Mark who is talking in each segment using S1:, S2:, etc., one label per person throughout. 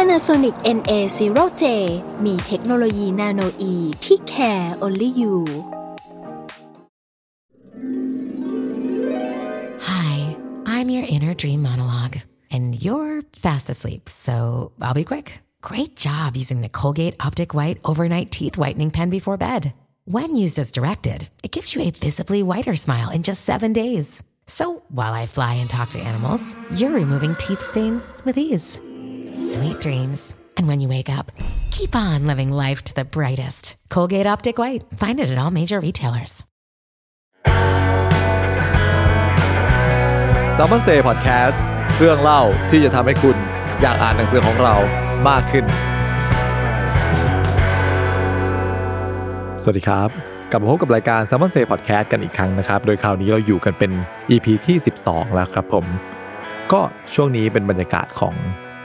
S1: Panasonic NA0J มีเทคโนโลยีนาโนอีที่ care only you
S2: Hi, I'm your inner dream monologue, and you're fast asleep, so I'll be quick. Great job using the Colgate Optic White Overnight Teeth Whitening Pen before bed. When used as directed, it gives you a visibly whiter smile in just seven days. So while I fly and talk to animals, you're removing teeth stains with ease. Sweet dreams. And when you wake up, keep on living life to the brightest. Colgate Optic White. Find it at all major retailers.
S3: s ซ m ม o n Say Podcast เรื่องเล่าที่จะทำให้คุณอยากอ่านหนังสือของเรามากขึ้น สวัสดีครับ กลับมาพบกับรายการ s ซ m ม o n Say Podcast กันอีกครั้งนะครับ โดยคราวนี้เราอยู่กันเป็น EP ที่ 12 แล้วครับผม ก็ช่วงนี้เป็นบรรยากาศของ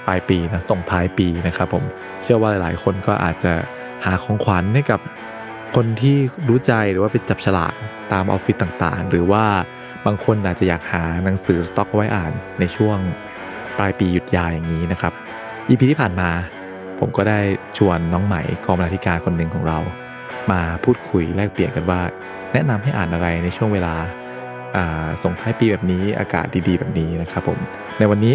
S3: ปลายปีนะส่งท้ายปีนะครับผม เชื่อว่าหลาย ๆ คนก็อาจจะหาของขวัญให้กับคนที่รู้ใจหรือว่าไปจับฉลากตามออฟฟิศต่าง ๆ หรือว่าบางคนอาจจะอยากหาหนังสือสต็อกไว้อ่านในช่วงปลายปีหยุดยาวอย่างนี้นะครับ อีพีที่ผ่านมา ผมก็ได้ชวนน้องใหม่กองบรรณาธิการคนหนึ่งของเรา มาพูดคุยแลกเปลี่ยนกันว่า แนะนำให้อ่านอะไรในช่วงเวลาอ่าส่งท้ายปีแบบนี้อากาศดีๆ แบบนี้นะครับผมในวันนี้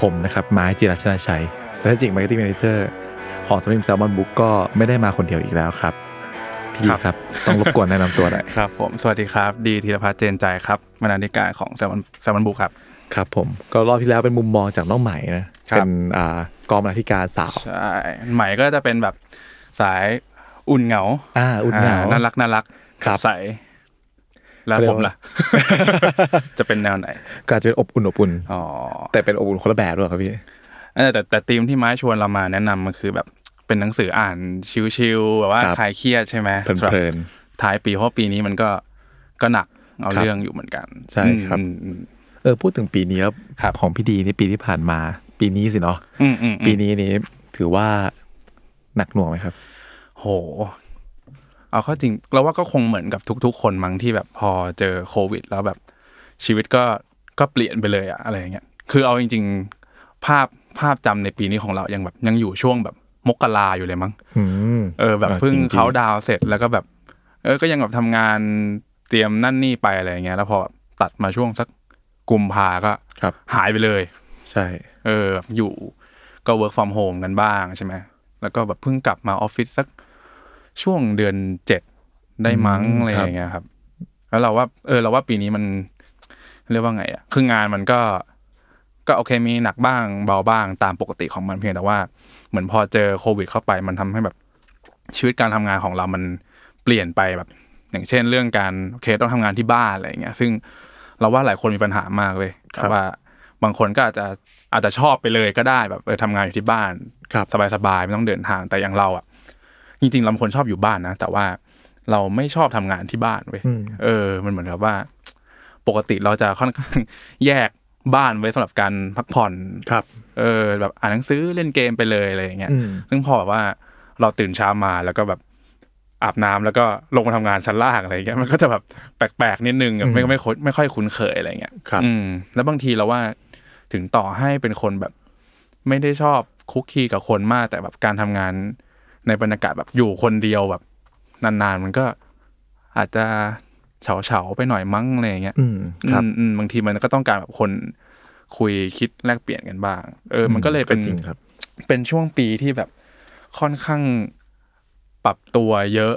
S3: ผมนะครับไม้จิรัชนาชัย Strategic Marketing Manager ของสำนักพิมพ์ Salmon Book ก็ไม่ได้มาคนเดียวอีกแล้วครับพี่
S4: ครับ
S3: ครับต้องรบกวนแนะนำตัวหน่อย
S4: ครับผมสวัสดีครับ ดีธีรพัฒน์เจนใจครับบรรณาธิการของแซมแซมบันบุกครับ
S3: ครับผมก็รอบที่แล้วเป็นมุมมองจากน้องใหม่นะครับ เป็นอ่ากองบรรณาธิการสาว
S4: ใช่ใหม่ก็จะเป็นแบบสายอุ่นเหงา
S3: อ่าอุ่นหนาว
S4: น่ารักน่ารัก
S3: ครับ
S4: สดใสแล้ว
S3: เขาเรีย
S4: ผ
S3: ก
S4: ม
S3: ว่า
S4: ล่ะ จะเป็นแนวไหน
S3: ก็อาจจะเป็นอบอุ่นอบอุ่น
S4: อ๋อ
S3: แต่เป็นอบอุ่นคนละแบบด้วยครับพี่
S4: แต่แต่แต่ธีมที่ไม้ชวนเรามาแนะนำมันคือแบบเป็นหนังสืออ่านชิลๆแบบว่า
S3: ครับ
S4: คลายเครียดใช่ไหมสำหรับ
S3: เพลิน
S4: ท้ายปีเพราะปีนี้มันก็ก็หนักเอา
S3: ครับ
S4: เรื่องอยู่เหมือนกัน
S3: ใช่ครับ
S4: อืมอืม
S3: ๆเออพูดถึงปีนี้แล้ว
S4: ครับ
S3: ของพี่ดีในปีที่ผ่านมา ปีนี้สิเนาะ
S4: อืมอืมอืม
S3: ปีนี้นี่ถือว่าหนักหน่วงไหมครับ
S4: โห เอาเข้าจริงเราว่าก็คงเหมือนกับทุก ๆ คนมั้งที่แบบพอเจอโควิด แล้วแบบชีวิตก็ก็เปลี่ยนไปเลยอะอะไรอย่างเงี้ย คือเอาจริง ๆ ภาพภาพจำในปีนี้ของเรายังแบบยังอยู่ช่วงแบบมกราอยู่เลยมั้ง
S3: อืม
S4: เออแบบ
S3: อ่า
S4: เพิ่ง
S3: จริงๆ
S4: เขาดาวน์เสร็จแล้วก็แบบ เออก็ยังแบบทำงานเตรียมนั่นนี่ไปอะไรอย่างเงี้ย แล้วพอตัดมาช่วงสักกุมภาก็
S3: ครับ
S4: หายไปเลย
S3: ใช่
S4: เออแบบอยู่ก็ work from home กันบ้างใช่ไหม แล้วก็แบบเพิ่งกลับมาออฟฟิศสักช่วงเดือนเจ็ดได้มั้งอะไรอย่างเงี้ยครับ แล้วเราว่า เออ เราว่าปีนี้มัน เรียกว่าไงอ่ะ คืองานมันก็ ก็โอเคมีหนักบ้างเบาบ้างตามปกติของมันเพียงแต่ว่า เหมือนพอเจอโควิดเข้าไป มันทำให้แบบชีวิตการทำงานของเรามันเปลี่ยนไปแบบ อย่างเช่น เรื่องการโอเคต้องทำงานที่บ้านอะไรอย่างเงี้ย ซึ่งเราว่าหลายคนมีปัญหามากเลยแต่ว่า บางคนก็อาจจะอาจจะชอบไปเลยก็ได้แบบเออทำงานอยู่ที่บ้าน
S3: ครับ
S4: สบายสบายๆไม่ต้องเดินทางแต่อย่างเราอ่ะ จริงๆเราเป็นคนชอบอยู่บ้านนะ แต่ว่าเราไม่ชอบทำงานที่บ้านเว้ยเออ มันเหมือนกับว่า ปกติเราจะค่อนข้าง แยกบ้านไว้สำหรับการพักผ่อน
S3: ครับ
S4: เออ แบบอ่านหนังสือเล่นเกมไปเลยอะไรอย่างเงี้ย
S3: อืม
S4: ซึ่งพอแบบว่าเราตื่นเช้ามาแล้วก็แบบอาบน้ำแล้วก็ลงมาทำงานชั้นล่างอะไรอย่าง เงี้ยมันก็จะแบบแปลกๆนิดนึงแบบไม่ไม่ค่อยไม่ค่อยคุ้นเคยอะไรอย่างเงี้ย
S3: ครับ
S4: อืมแล้วบางทีเราว่าถึงต่อให้เป็นคนแบบ ไม่ได้ชอบคุกคีกับคนมาก แต่แบบการทำงานในบรรยากาศแบบอยู่คนเดียวแบบนานๆ มันก็อาจจะเฉาเฉาๆไปหน่อยมั้งอะไรอย่างเงี้ย
S3: อืมครับ
S4: อืมอืมบางทีมันก็ต้องการแบบคนคุยคิดแลกเปลี่ยนกันบ้าง เออ มันก็เลยเป็น
S3: ก็จริงครับ
S4: เป็นช่วงปีที่แบบค่อนข้างปรับตัวเยอะ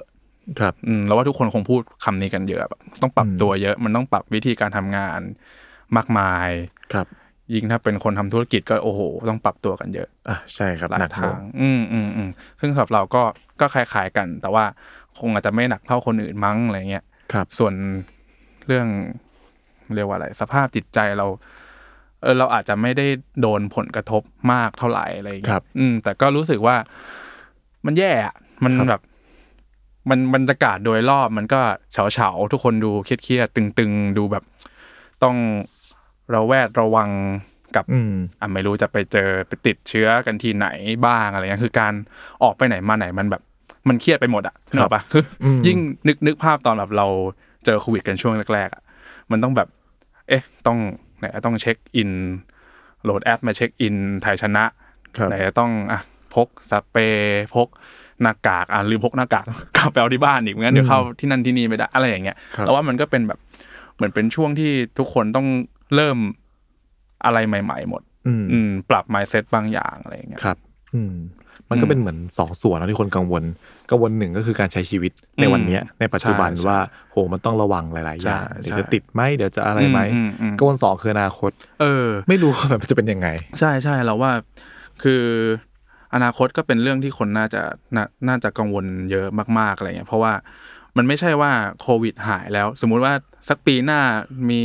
S3: ครับ
S4: อืมเราว่าทุกคนคงพูดคำนี้กันเยอะแบบต้องปรับตัวเยอะ มันต้องปรับวิธีการทำงานมากมาย
S3: ครับ
S4: ยิ่งถ้าเป็นคนทำธุรกิจก็โอ้โห ต้องปรับตัวกันเยอะ
S3: อ่ะใช่ครับ
S4: หลา
S3: ห
S4: ย
S3: นักหน่
S4: ทาว ง
S3: ง
S4: อืมอืมอืมซึ่งสำหรับเราก็ก็คล้ายๆกัน แต่ว่าคงอาจจะไม่หนักเท่าคนอื่นมั้งอะไรเงี้ย
S3: ครับ
S4: ส่วนเรื่องเรียกว่าอะไร สภาพจิตใจเรา เออเราอาจจะไม่ได้โดนผลกระทบมากเท่าไหร่อะไรเงี้
S3: ครั
S4: ย
S3: บ
S4: อืมแต่ก็รู้สึกว่า มันแย่อะมันแบบ มันบรรยากาศโดยรอบมันก็เฉาเฉาๆทุกคนดูเครียดเครียดๆตึงๆ ดูแบบ ต้องระแวดระวังกับ
S3: อืม
S4: อ่ะไม่รู้จะไปเจอไปติดเชื้อกันที่ไหนบ้างอะไรเงี้ยคือการออกไปไหนมาไหนมันแบบ มันเครียดไปหมดอ่ะนึกออกปะคืออ
S3: ม
S4: ยิ่งนึกนึกภาพตอนแบบเราเจอโควิดกันช่วงแรกๆอ่ะมันต้องแบบ เอ๊ะต้องไหนต้องเช็คอินโหลดแอปมาเช็คอินไทยชนะ
S3: ครับ
S4: ไหนจะต้องอ่ะพกสเปรย์พกหน้ากากอ่ะลืมพกหน้ากาก กลับไปเอาที่บ้านอีกไม่งั้นเดี๋ยวเข้าที่นั่นที่นี่ไม่ได้อะไรอย่างเงี้ย
S3: ครับ
S4: แล้วว่ามันก็เป็นแบบเหมือนเป็นช่วงที่ทุกคนต้องเริ่มอะไรใหม่ ๆ หมด
S3: อืม
S4: อืมปรับ mindset บางอย่างอะไรอย่างเงี้ย
S3: ครับ อืม มันก็เป็นเหมือนสองส่วนนะที่คนกังวล กังวลหนึ่งก็คือการใช้ชีวิตในวันเนี้ย ในปัจจุบัน
S4: ใช่
S3: ว่าโหมันต้องระวังหลาย ๆ อย่าง
S4: ใช่
S3: เดี๋ยว
S4: ใช่
S3: จะติดไหมเดี๋ยวจะอะไรไหม
S4: อืมอืมอืม
S3: กังวลสองคืออนาคต
S4: เออ
S3: ไม่รู้ว่ามันจะเป็นยังไง
S4: ใช่ใช่เราว่าคืออนาคตก็เป็นเรื่องที่คนน่าจะนาน่าจะกังวลเยอะมากๆอะไรเงี้ยเพราะว่ามันไม่ใช่ว่าโควิดหายแล้ว สมมุติว่าสักปีหน้ามี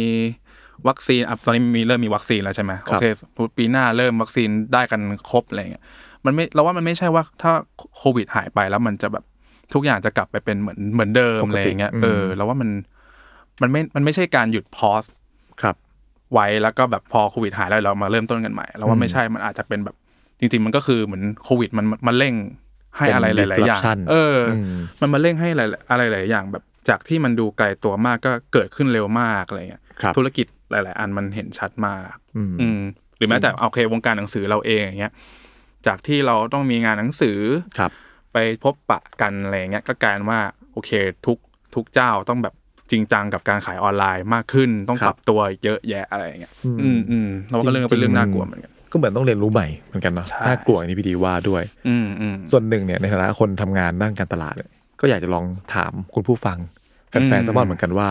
S4: วัคซีนอ่ะตอนนี้มีเริ่มมีวัคซีนแล้วใช่ไหม
S3: ค
S4: โอ
S3: รับ
S4: เคสมมุติปีหน้าเริ่มวัคซีนได้กันครบอะไรเงี้ยมันไม่เราว่ามันไม่ใช่ว่าถ้าโควิดหายไปแล้วมันจะแบบทุกอย่างจะกลับไปเป็นเหมือนเหมือนเดิมอะไรอย่างเงี้ยเออเราว่ามันมันไม่มันไม่ใช่การหยุดพอส
S3: ครับ
S4: ไว้แล้วก็แบบพอโควิดหายแล้วเรามาเริ่มต้นกันใหม่แล้วว่าไม่ใช่มันอาจจะเป็นแบบจริง ๆ มันก็คือเหมือนโควิดมันมันเร่งให้อะไรหลายๆอย่าง
S3: disruption
S4: เอออ
S3: ม
S4: มันมาเร่งให้หลายอะไรหลายอย่าง แบบจากที่มันดูไกลตัวมากก็เกิดขึ้นเร็วมากอะไรเงี้ย
S3: ครับ
S4: ธุรกิจหลาย ๆ อันมันเห็นชัดมาก
S3: อืม
S4: อืมหรือแม้แต่โอเควงการหนังสือเราเองอย่างเงี้ยจากที่เราต้องมีงานหนังสือ
S3: ครับ
S4: ไปพบปะกันอะไรอย่างเงี้ยก็กลายเป็นว่าโอเคทุกทุกเจ้าต้องแบบจริงจังกับการขายออนไลน์มากขึ้น ต้อง
S3: ครับ
S4: ปรับตัวเยอะแยะอะไรอย่างเงี้ย
S3: อืม
S4: อืมอืมเราก็เรื่องเป็นเรื่องน่ากลัวเหมือนกัน
S3: ก็เหมือนต้องเรียนรู้ใหม่เหมือนกันเนาะ
S4: ใช่
S3: น่ากลัวอย่างที่พี่ดีว่าด้วย
S4: อืมอืม
S3: ส่วนหนึ่งเนี่ยในฐานะคนทำงานด้านการตลาดเนี่ยก็อยากจะลองถามคุณผู้ฟังแฟน
S4: อืม
S3: ๆสมอนเหมือนกันว่า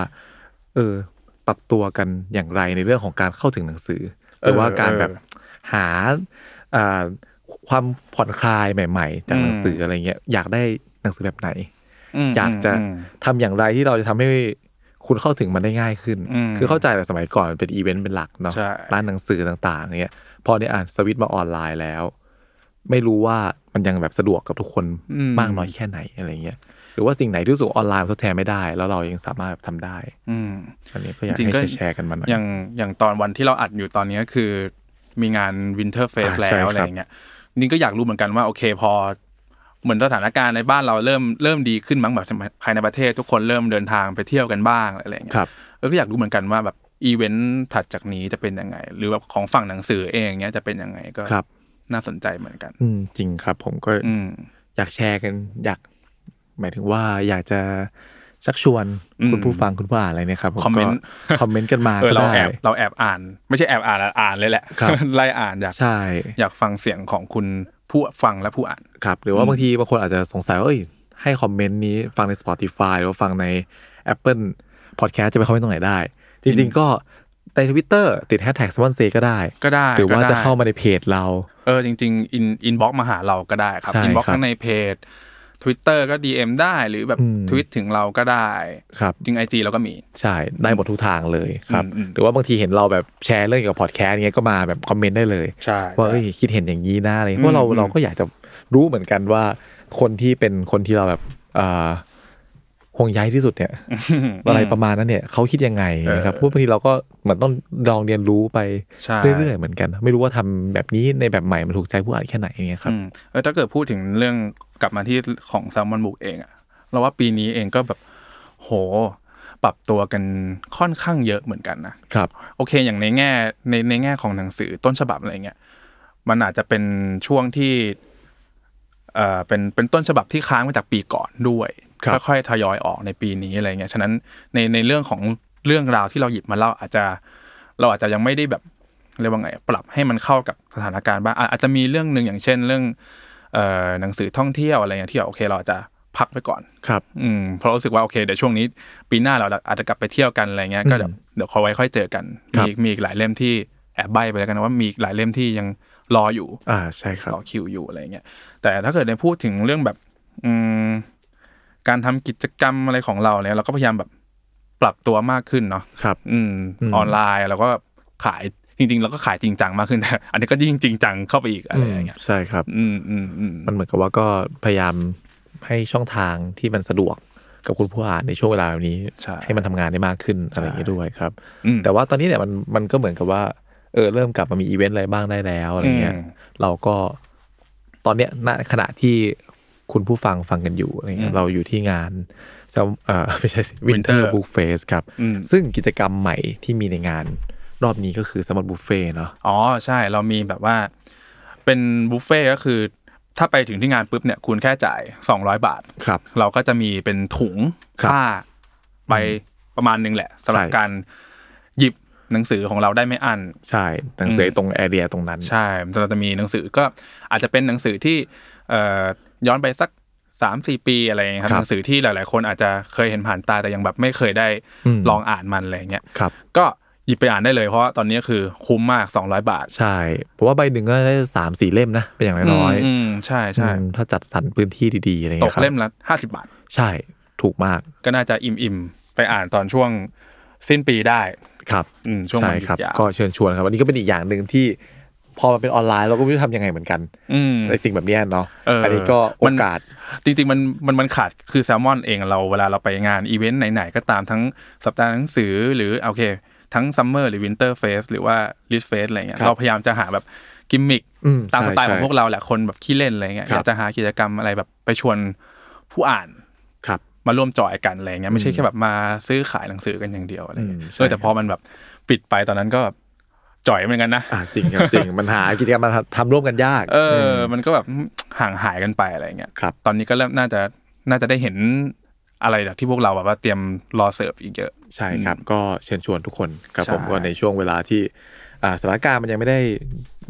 S3: เออ ปรับตัวกันอย่างไรในเรื่องของการเข้าถึงหนังสือ หรือว่าการแบบหาอ่าความผ่อนคลายใหม่ ๆ จากหนังสืออะไรเงี้ยอยากได้หนังสือแบบไหน
S4: ม
S3: อยากจะ
S4: อืม
S3: ทำอย่างไรที่เราจะทำให้คุณเข้าถึงมันได้ง่ายขึ้น
S4: อืม
S3: คือเข้าใจแต่สมัยก่อนมันเป็นอีเวนต์เป็นหลักเนาะ
S4: ใช่
S3: ร้านหนังสือต่างๆเนี่ยพอเนี่ยอ่านสวิตช์มาออนไลน์แล้ว ไม่รู้ว่ามันยังแบบสะดวกกับทุกคนมากน้อยแค่ไหนอะไรเงี้ยหรือว่าสิ่งไหนที่รู้สึกว่าออนไลน์มันทดแทนไม่ได้ แล้วเรายังสามารถแบบทำได้
S4: อืม
S3: อันนี้ก็อยาก
S4: จริง
S3: ให้
S4: ๆก็
S3: แชร์ๆกันมาหน่อย
S4: อย่างอย่างตอนวันที่เราอัดอยู่ตอนนี้ก็คือ มีงานวินเทอร์เฟส
S3: อ่า
S4: แล้
S3: ใช่ครับ
S4: วอะไรอย่างเงี้ยนี่ก็อยากรู้เหมือนกันว่าโอเคพอ เหมือนสถานการณ์ในบ้านเราเริ่มเริ่มดีขึ้นมั้งแบบภายในประเทศทุกคนเริ่มเดินทางไปเที่ยวกันบ้างอะไรอย่างเงี้ย
S3: ครับ
S4: เออก็อยากรู้เหมือนกันว่าแบบอีเวนต์ถัดจากนี้จะเป็นยังไง หรือแบบของฝั่งหนังสือเองเงี้ยจะเป็นยังไงก็
S3: ครับ
S4: น่าสนใจเหมือนกัน
S3: อืมจริงครับ ผมก็
S4: อืม
S3: อยากแชร์กัน อยาก หมายถึงว่าอยากจะชักชวนคุณผู้ฟังคุณผู้อ่านอะไรเนี่ยครับผ
S4: คอมเมนต์
S3: ก็คอมเมนต์กันมา
S4: เออ
S3: ก็
S4: เรา
S3: ได้
S4: แอบเราแอบอ่าน ไม่ใช่แอบอ่านอะอ่านเลยแหละ
S3: ครับ
S4: ไล่อ่านอยาก
S3: ใช่
S4: อยากฟังเสียงของคุณผู้ฟังและผู้อ่าน
S3: ครับหรือว่าบางทีบางคนอาจจะสงสัยว่าเอ้ยให้คอมเมนต์นี้ฟังใน Spotify หรือว่าฟังใน Apple Podcast จะไปคอมเมนต์ตรงไหนได้ จริงๆก็ใน Twitter ติดแฮชแท็กสปอนเซก็ได้
S4: ก็ได้
S3: หรือว่า
S4: ก็ได้
S3: จะเข้ามาในเพจเรา
S4: เออจริงๆอินอินบ็อกมาหาเราก็ได้ครับ
S3: ใช่
S4: อินบ็อก
S3: ครับ
S4: ทั้งในเพจ Twitter ก็ DM ได้หรือแบบ
S3: อืม
S4: ทวิตถึงเราก็ได้
S3: ครับ
S4: จริง IG เราก็มี
S3: ใช่ ได้หมดทุกทางเลยครับ
S4: อืมอืม
S3: หรือว่าบางทีเห็นเราแบบแชร์เรื่องเกี่ยวกับพอดแคสต์เงี้ยก็มาแบบคอมเมนต์ได้เลย
S4: ใช่
S3: ว่า
S4: ใช่
S3: เอ้ยคิดเห็นอย่างนี้นะอะไรเงี้ยเพราะเรา
S4: อืม
S3: เราก็อยากจะรู้เหมือนกันว่าคนที่เป็นคนที่เราแบบอ่าห่วงใยที่สุดเนี่ย อะไรประมาณนั้นเนี่ยเขาคิดยังไงนะครับเพราะบางทีเราก็เหมือนต้องลองเรียนรู้ไป
S4: ใช่
S3: เรื่อยๆเหมือนกัน ไม่รู้ว่าทำแบบนี้ในแบบใหม่มันถูกใจผู้อ่านแค่ไหนเงี้ยครับ
S4: อืมเออถ้าเกิดพูดถึงเรื่องกลับมาที่ของแซลมอนบุกเองอะเราว่าปีนี้เองก็แบบโห ปรับตัวกันค่อนข้างเยอะเหมือนกันนะ
S3: ครับ
S4: โอเคอย่างในแง่ในในแง่ของหนังสือต้นฉบับอะไรเงี้ยมันอาจจะเป็นช่วงที่เอ่อเป็นเป็นต้นฉบับที่ค้างมาจากปีก่อนด้วย
S3: ครับ
S4: ค่อยๆทยอยออกในปีนี้อะไรเงี้ยฉะนั้นในในเรื่องของเรื่องราวที่เราหยิบมาเล่าอาจจะเราอาจจะยังไม่ได้แบบเรียกว่าไงปรับให้มันเข้ากับสถานการณ์บ้างอ่ะอาจจะมีเรื่องหนึ่งอย่างเช่นเรื่องเอ่อหนังสือท่องเที่ยวอะไรเงี้ยที่แบบโอเคเราอาจจะพักไปก่อน
S3: ครับ
S4: อืมเพราะรู้สึกว่าโอเคเดี๋ยวช่วงนี้ ปีหน้าเราอาจจะกลับไปเที่ยวกันอะไรเงี้ยก็เดี๋ยวเดี๋ยวคอยไว้ค่อยเจอกัน
S3: ครับ
S4: มีอีกมีอีกหลายเล่มที่แอบใบไปแล้วกันนะว่ามีอีกหลายเล่มที่ยังรออยู่
S3: อ่าใช่ครับ
S4: ต่อคิวอยู่อะไรเงี้ยแต่ถ้าเกิดในพูดถึงเรื่องแบบอืมการทำกิจกรรมอะไรของเราเนี่ยเราก็พยายามแบบปรับตัวมากขึ้นเนาะ
S3: ครับ
S4: อืม
S3: อืม
S4: ออนไลน์เราก็ขาย จริงๆเราก็ขายจริงจังมากขึ้นนะ อันนี้ก็ยิ่งจริงจังเข้าไปอีกอะไรอย่างเงี้ย
S3: ใช่ครับ
S4: อืมอืมอืม
S3: มันเหมือนกับว่าก็พยายามให้ช่องทางที่มันสะดวกกับคุณผู้อ่านในช่วงเวลาแบบนี้
S4: ใช่
S3: ให้มันทำงานได้มากขึ้นอะไรอย่างเงี้ยด้วยครับ
S4: อืม
S3: แต่ว่าตอนนี้เนี่ยมันมันก็เหมือนกับว่าเออเริ่มกลับมามีอีเวนต์อะไรบ้างได้แล้วอะไรเงี้ย
S4: อืม
S3: เราก็ตอนเนี้ยณขณะที่คุณผู้ฟังฟังกันอยู่อะไรเงี้ยเราอยู่ที่งานซัมเอ อไม่ใช่วินเทอ
S4: Winter
S3: ร์บุ๊กเฟสครับ
S4: อืม
S3: ซึ่งกิจกรรมใหม่ที่มีในงานรอบนี้ก็คือสมั r บุฟเฟ่เนาะ
S4: อ๋อใช่เรามีแบบว่า เป็นบุฟเฟ่ต์ก็คือ ถ้าไปถึงที่งานปุ๊บเนี่ยคุณแค่จ่าย 200 บาท
S3: ครับ
S4: เราก็จะมีเป็นถุง
S3: ครับ
S4: ผ้าไปประมาณนึงแหละสำหรับ
S3: ใช่
S4: การหยิบหนังสือของเราได้ไม่อั้น
S3: ใช่หนังสือตรงแอเรียตรงนั้น
S4: ใช่เราจะมีหนังสือก็อาจจะเป็นหนังสือที่เอ่อย้อนไปสักสามสี่ปีอะไรอย่างเงี้ยครับ
S3: ครับ
S4: หนังสือที่หลาย ๆ คนอาจจะเคยเห็นผ่านตาแต่ยังแบบไม่เคยได้
S3: อืม
S4: ลองอ่านมันอะไรอย่างเงี้ย
S3: ครับ
S4: ก็หยิบไปอ่านได้เลยเพราะว่าตอนนี้คือคุ้มมาก 200 บาท
S3: ใช่เพราะว่าใบหนึ่งก็ได้สามสี่เล่มนะ เป็นอย่างน้อย
S4: อืมใช่
S3: ๆ
S4: ใช่
S3: อืมถ้าจัดสรรพื้นที่ดีๆอะไร
S4: ต
S3: เงี้
S4: ก
S3: ยครับ
S4: เล่มละห้าสิบาท
S3: ใช่ถูกมาก
S4: ก็น่าจะอิ่ม ๆ ไปอ่านตอนช่วงสิ้นปีได้
S3: ครับ
S4: อืมช่วง
S3: ใช่
S4: วันหยุ
S3: ครั
S4: ดยาว
S3: ก็เชิญชวนครับวันนี้ก็เป็นอีกอย่างหนึ่งที่ พอมันเป็นออนไลน์เราก็ไม่รู้จะทำยังไงเหมือนกัน
S4: อืม
S3: ในสิ่งแบบเนี้ยเนาะ
S4: เอออั
S3: อันนี้ก็โอ
S4: มัน
S3: กาส
S4: จริงๆมันมันมันขาดคือแซลมอนเองเราเวลาเราไปงานอีเวนต์ไหนๆก็ตามทั้งสัปดาห์หนังสือหรือโอเค ทั้งซัมเมอร์หรือวินเตอร์เฟสหรือว่าลิสเฟสอะไรเงี้ย
S3: ครับ
S4: เราพยายามจะหาแบบกิมมิค
S3: อืม
S4: ตามสไตล์
S3: ใช่
S4: ของพวกเราแหละคนแบบขี้เล่นอะไรเงี้ย
S3: ครั
S4: อบ ยากจะหากิจกรรมอะไรแบบไปชวนผู้อ่าน
S3: ครับ
S4: มาร่วมจอยกันอะไรเงี้ยไม่ใช่แค่แบบมาซื้อขายหนังสือกันอย่างเดียวอะไรเงี้ย
S3: อืมใช่
S4: เออแต่พอมันแบบปิดไปตอนนั้นก็แบบจ่อยเหมือนกันนะ
S3: อ่ะจริงครับ จริงมันหากิจกรรมมาทำทำร่วมกันยาก
S4: เอออ มันก็แบบห่างหายกันไปอะไรเงี้ย
S3: ครับ
S4: ตอนนี้ก็เริ่มน่าจะน่าจะได้เห็นอะไรแบบที่พวกเราแบบว่าเตรียมรอเสิร์ฟอีกเยอะ
S3: ใช่ครับ ก็เชิญชวนทุกคนครับ
S4: ใช่
S3: ผมว่าในช่วงเวลาที่อ่าสถานการณ์มันยังไม่ได้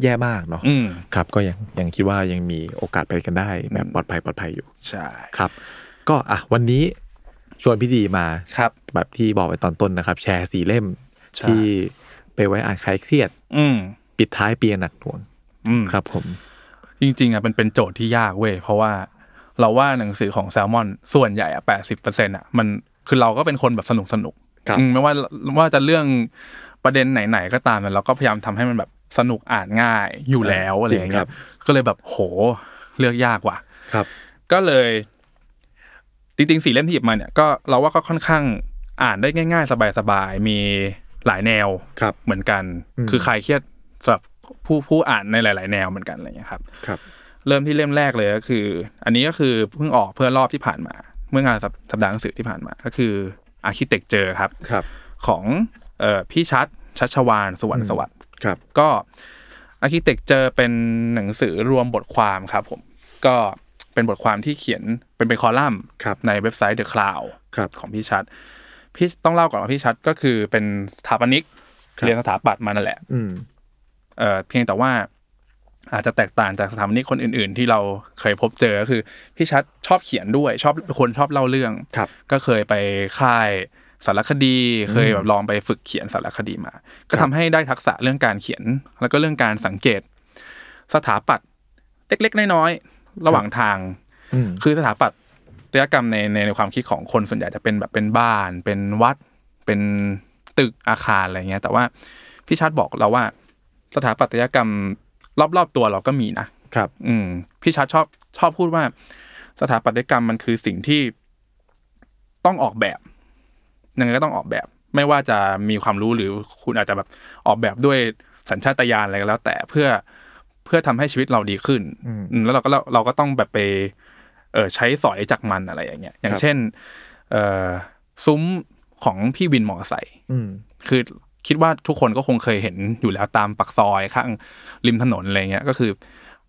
S3: แย่มากเนาะ
S4: อืม
S3: ครับ ก็ยังยังคิดว่ายังมีโอกาสไปกันได้แบบปลอดภัยปลอดภัยอยู่
S4: ใช่
S3: ครับก็อ่ะวันนี้ชวนพี่ดีมา
S4: ครับ
S3: แบบที่บอกไปตอนต้นนะครับ แชร์สีเล่ม
S4: ใช่
S3: ที่ไปไว้อ่านคลายเครียด
S4: อืม
S3: ปิดท้ายปีอันหนักหน่วง
S4: อืม
S3: ครับผม
S4: จริงๆอ่ะมันเป็นโจทย์ที่ยากเว้ยเพราะว่าเราว่าหนังสือของแซลมอน ส่วนใหญ่อ่ะแปดสิบเปอร์เซ็นต์อ่ะมันคือเราก็เป็นคนแบบสนุกสนุกๆ
S3: ครับ
S4: อืมไม่ว่าว่าจะเรื่องประเด็นไหนๆก็ตามเนี่ยเราก็พยายามทำให้มันแบบสนุกอ่านง่ายอยู่แล้วอะไรอย่างเงี้ยก็เลยแบบโหเลือกยากว่ะ
S3: ครับ
S4: ก็เลยจริงๆสี่เล่มที่หยิบมาเนี่ยก็เราว่าก็ค่อนข้างอ่านได้ง่าย ๆ สบายๆมีหลายแนว
S3: ครับ
S4: เหมือนกัน
S3: อืม
S4: คือคลายเครียดสำหรับผู้ผู้อ่านในหลาย ๆ แนวเหมือนกันอะไรอย่างเงี้ยครับ
S3: ครับ
S4: เริ่มที่เล่มแรกเลยก็คือ อันนี้ก็คือเพิ่งออกเพื่อรอบที่ผ่านมา เมื่องานสัปสัปดาห์หนังสือที่ผ่านมา ก็คืออาร์คิเต็กเจอครับ
S3: ครับ
S4: ของเอ่อพี่ชัดชัชวานสวรรค์สวัสด
S3: ครับ
S4: ก็ Architecture เป็นหนังสือรวมบทความครับผม ก็เป็นบทความที่เขียนเป็นเป็นคอลัมน์
S3: ครับ
S4: ในเว็บไซต์ The Cloud
S3: ครับ
S4: ของพี่ชัด พี่ต้องเล่าก่อนว่าพี่ชัดก็คือเป็นสถาปนิก เรียนสถาปัตย์มานั่นแหละ
S3: อืม
S4: เอ่อเพียงแต่ว่าอาจจะแตกต่างจากสถาปนิกคนอื่น ๆ ที่เราเคยพบเจอก็คือพี่ชัดชอบเขียนด้วย ชอบเป็นคนชอบเล่าเรื่อง
S3: ครับ
S4: ก็เคยไปค่ายสารคดี เคยแบบลองไปฝึกเขียนสารคดีมา ก็ทำให้ได้ทักษะเรื่องการเขียน แล้วก็เรื่องการสังเกต สถาปัตย์เล็กๆน้อยๆระหว่างทาง
S3: อืม
S4: คือสถาปัตยกรรมในในในความคิดของคนส่วนใหญ่จะเป็นแบบเป็นบ้าน เป็นวัด เป็นตึกอาคารอะไรเงี้ย แต่ว่าพี่ชัดบอกเราว่า สถาปัตยกรรมรอบๆตัวเราก็มีนะ
S3: ครับ
S4: อืมพี่ชัดชอบชอบพูดว่า สถาปัตยกรรมมันคือสิ่งที่ต้องออกแบบยังไงก็ต้องออกแบบ ไม่ว่าจะมีความรู้หรือคุณอาจจะแบบออกแบบด้วยสัญชาตญาณอะไรก็แล้ว แต่เพื่อเพื่อทำให้ชีวิตเราดีขึ้นอืมแล้วเราก็เราเราก็ต้องแบบไป เออใช้สอยจากมันอะไรอย่างเงี้ย อย่างเช่น เออซุ้มของพี่วินมอไซค์
S3: อืม
S4: คือคิดว่าทุกคนก็คงเคยเห็นอยู่แล้วตามปักซอยข้างริมถนนอะไรเงี้ยก็คือ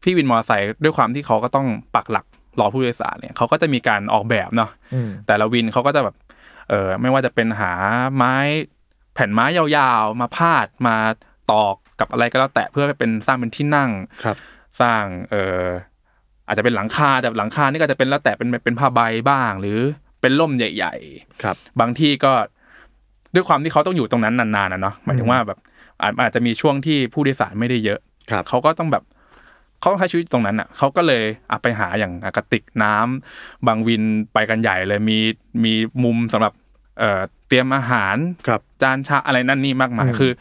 S4: พี่วินมอเตอร์ไซค์ด้วยความที่เขาก็ต้องปักหลักรอผู้โดยสารเนี่ยเขาก็จะมีการออกแบบเนาะ
S3: อืม
S4: แต่ละวินเขาก็จะแบบเออไม่ว่าจะเป็นหาไม้แผ่นไม้ยาวๆ มาพาดมาตอกกับอะไรก็แล้วแต่เพื่อเป็นสร้างเป็นที่นั่ง
S3: ครับ
S4: สร้างเอออาจจะเป็นหลังคาแต่หลังคานี่ก็จะเป็นแล้วแต่เป็นเป็นผ้าใบบ้าง หรือเป็นร่มใหญ่ ๆ
S3: ครับ
S4: บางที่ก็ด้วยความที่เขาต้องอยู่ตรงนั้นนานๆนะเนาะหมายถึงว่าแบบอาจอาจจะมีช่วงที่ผู้โดยสารไม่ได้เยอะ
S3: ครับ
S4: เขาก็ต้องแบบเขาต้องใช้ชีวิตตรงนั้นอ่ะเขาก็เลยอ่ะไปหาอย่างอ่ะกระติกน้ำบางวินไปกันใหญ่เลยมีมีมุมสำหรับเอ่อเตรียมอาหาร
S3: ครับ
S4: จานชาอะไรนั่นนี่มากมายคือ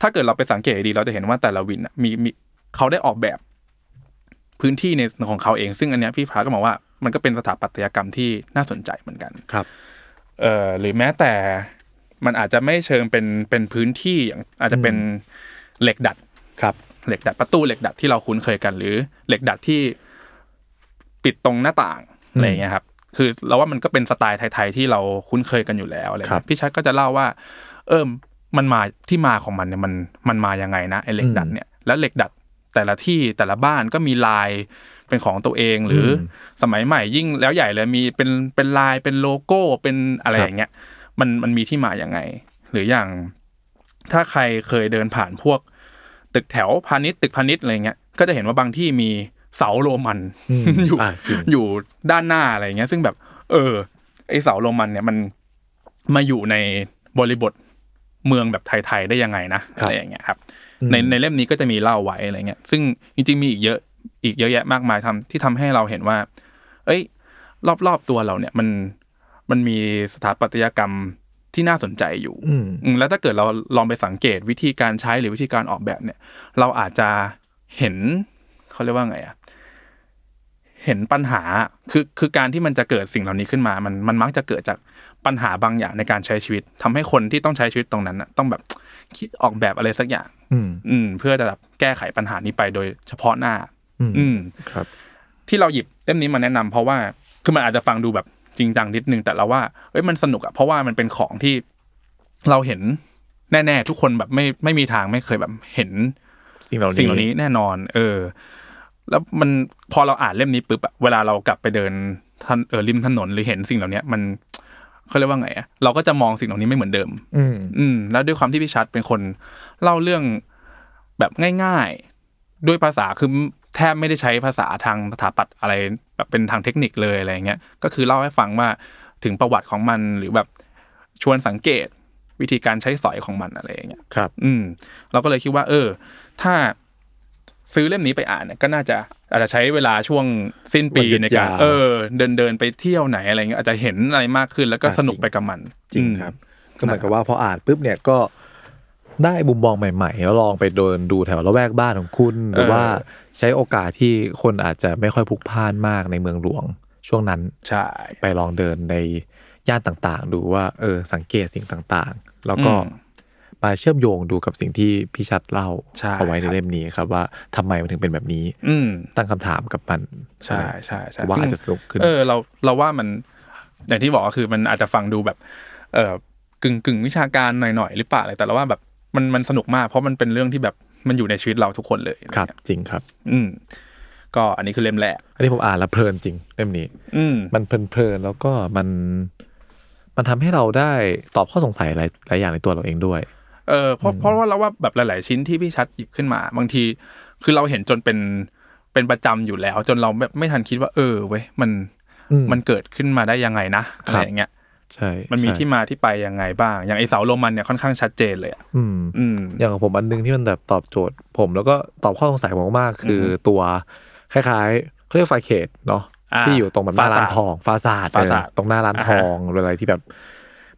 S4: ถ้าเกิดเราไปสังเกตดี เราจะเห็นว่าแต่ละวินอะมีมีเขาได้ออกแบบพื้นที่ในของเขาเอง ซึ่งอันเนี้ยพี่พาก็บอกว่ามันก็เป็นสถาปัตยกรรมที่น่าสนใจเหมือนกัน
S3: ครับ
S4: เอ่อหรือแม้แต่มันอาจจะไม่เชิงเป็นเป็นพื้นที่อย่างอาจจะเป็นเหล็กดัด
S3: ครับ
S4: เหล็กดัดประตูเหล็กดัดที่เราคุ้นเคยกัน หรือเหล็กดัดที่ปิดตรงหน้าต่างอะไรอย่างเงี้ยครับ คือเราว่ามันก็เป็นสไตล์ไทยๆที่เราคุ้นเคยกันอยู่แล้วอะไรเงี้ยพี่ชัดก็จะเล่าว่า เอิมมันมาที่มาของมันเนี่ยมันมันมายังไงนะไอเหล็กดัดเนี่ยแล้วเหล็กดัดแต่ละที่แต่ละบ้านก็มีลายเป็นของตัวเองหรืออสมัยใหม่ยิ่งแล้วใหญ่เลยมีเป็นเป็นลายเป็นโลโก้เป็นอะไรอย่างเงี้ยมันมันมีที่มาอย่างไง หรืออย่าง ถ้าใครเคยเดินผ่านพวก ตึกแถวพาณิชย์ตึกพาณิชย์อะไรเงี้ยก็จะเห็นว่าบางที่มีเสาโรมันอยู่
S3: อ่าจริง
S4: อยู่ด้านหน้าอะไรเงี้ย ซึ่งแบบ เออ ไอเสาโรมันเนี่ยมันมาอยู่ในบริบทเมืองแบบไทยๆได้ยังไงนะ
S3: ครั
S4: อะ
S3: บ
S4: ไรอย่างเงี้ยครับ ในในเล่มนี้ก็จะมีเล่าไว้อะไรเงี้ย ซึ่งจริง ๆ มีอีกเยอะอีกเยอะแยะมากมายทำที่ทำให้เราเห็นว่า เอ้ย รอบๆตัวเราเนี่ยมันมันมีสถาปัตยกรรมที่น่าสนใจอยู่
S3: อืม
S4: อืมแล้วถ้าเกิดเราลองไปสังเกตวิธีการใช้หรือวิธีการออกแบบเนี่ย เราอาจจะเห็นเขาเรียกว่าไงอะเห็นปัญหาคือคือการที่มันจะเกิดสิ่งเหล่านี้ขึ้นมา มันมันมักจะเกิดจากปัญหาบางอย่างในการใช้ชีวิตทำให้คนที่ต้องใช้ชีวิตตรงนั้นน่ะต้องแบบ คิดออกแบบอะไรสักอย่าง
S3: อืม
S4: อืม เพื่อจะแบบแก้ไขปัญหานี้ไปโดยเฉพาะหน้า
S3: อืม
S4: อืม
S3: ครับ
S4: ที่เราหยิบเล่มนี้มาแนะนำเพราะว่าคือมันอาจจะฟังดูแบบจริงจังนิดนึงแต่เราว่าเอ้ยมันสนุกอะเพราะว่ามันเป็นของที่เราเห็นแน่ ๆ ทุกคนแบบไม่ไม่มีทางไม่เคยแบบเห็น
S3: สิ่งเหล่านี้
S4: สิ่งเหล่านี้แน่นอน เออ แล้วมันพอเราอ่านเล่มนี้ปุ๊บอะเวลาเรากลับไปเดินท่านเออริมถนนหรือเห็นสิ่งเหล่านี้มันเขาเรียกว่าไงอะเราก็จะมองสิ่งเหล่านี้ไม่เหมือนเดิม
S3: อืม
S4: อืมแล้วด้วยความที่พี่ชัดเป็นคนเล่าเรื่องแบบง่ายๆ ด้วยภาษาคือแทบไม่ได้ใช้ภาษาทางสถาปัตย์อะไรแบบเป็นทางเทคนิคเลยอะไรอย่างเงี้ยก็คือเล่าให้ฟังว่าถึงประวัติของมันหรือแบบชวนสังเกตวิธีการใช้สอยของมันอะไรอย่างเงี้ย
S3: ครับ
S4: อืมเราก็เลยคิดว่า เออ ถ้าซื้อเล่มนี้ไปอ่านเนี่ยก็น่าจะอาจจะใช้เวลาช่วงสิ้นปี
S3: วันหยุด
S4: ในการ
S3: ยาว
S4: เออ เดินเดินไปเที่ยวไหนอะไรเงี้ยอาจจะเห็นอะไรมากขึ้นแล้วก็
S3: อ่ะ
S4: สนุก
S3: จริง
S4: ไปกับมัน
S3: จริง
S4: อืม
S3: ครับก็เหมือนกับว่าพออ่านปุ๊บเนี่ยก็ได้มุมมองใหม่ ๆ แล้วลองไปเดินดูแถวละแวกบ้านของคุณ หรือว่าใช้โอกาสที่คนอาจจะไม่ค่อยพลุกพล่านมากในเมืองหลวง ช่วงนั้น
S4: ใช่
S3: ไปลองเดินในย่านต่างๆ ดูว่าเออสังเกตสิ่งต่างๆ แล้วก็
S4: อืม
S3: มาเชื่อมโยงดูกับสิ่งที่พี่ชัดเล่า
S4: ใช่
S3: เอาไว้ใน
S4: ครับ
S3: เล่มนี้ครับว่าทำไมมันถึงเป็นแบบนี้
S4: อืม
S3: ตั้งคำถามกับมัน
S4: ใช่ใช่ใช่
S3: ว่า
S4: ซึ่ง
S3: อาจจะสนุกขึ้น
S4: เออเราเราว่ามันอย่างที่บอกก็คือมันอาจจะฟังดูแบบ เออกึ่งกึ่งวิชาการหน่อยๆหรือเปล่าอะไรแต่เราว่าแบบมันมันสนุกมาก เพราะมันเป็นเรื่องที่แบบมันอยู่ในชีวิตเราทุกคนเลยอะ
S3: ครับ
S4: ไเงี้ย
S3: จริงครับ
S4: อืม ก็อันนี้คือเล่มแรก
S3: อันนี้ผมอ่านแล้วเพลินจริงเล่มนี้
S4: อืม
S3: มันเพลินๆแล้วก็มัน มันทำให้เราได้ตอบข้อสงสัยหลายหลายอย่างในตัวเราเองด้วย
S4: เออเพราะเพราะว่าเราว่าแบบหลาย ๆ ชิ้นที่พี่ชัดหยิบขึ้นมา บางที คือเราเห็นจนเป็นเป็นประจำอยู่แล้ว จนเราแบบไม่ทันคิดว่า เออเว้ยมัน
S3: อืม
S4: มันเกิดขึ้นมาได้ยังไงนะ
S3: ค
S4: อะไร
S3: รับ
S4: อย่างเงี้ย
S3: ใช่
S4: มันมี
S3: ใช่
S4: ที่มาที่ไปยังไงบ้าง อย่างไอเสาโรมันเนี่ยค่อนข้างชัดเจนเลยอะ
S3: อืม
S4: อืม
S3: อย่างของผมอันนึงที่มันแบบตอบโจทย์ผม แล้วก็ตอบข้อสงสัยผมมากๆคืออตัวคล้ายๆเขาเรียกไฟเขตเนาะ
S4: อ่า
S3: ที่อยู่ตรงแบบหน้า
S4: ฟาสาด
S3: ร้านทองฟาซาด
S4: ฟาสาด
S3: เออตรงหน้าร้านทองหรืออะไรที่แบบ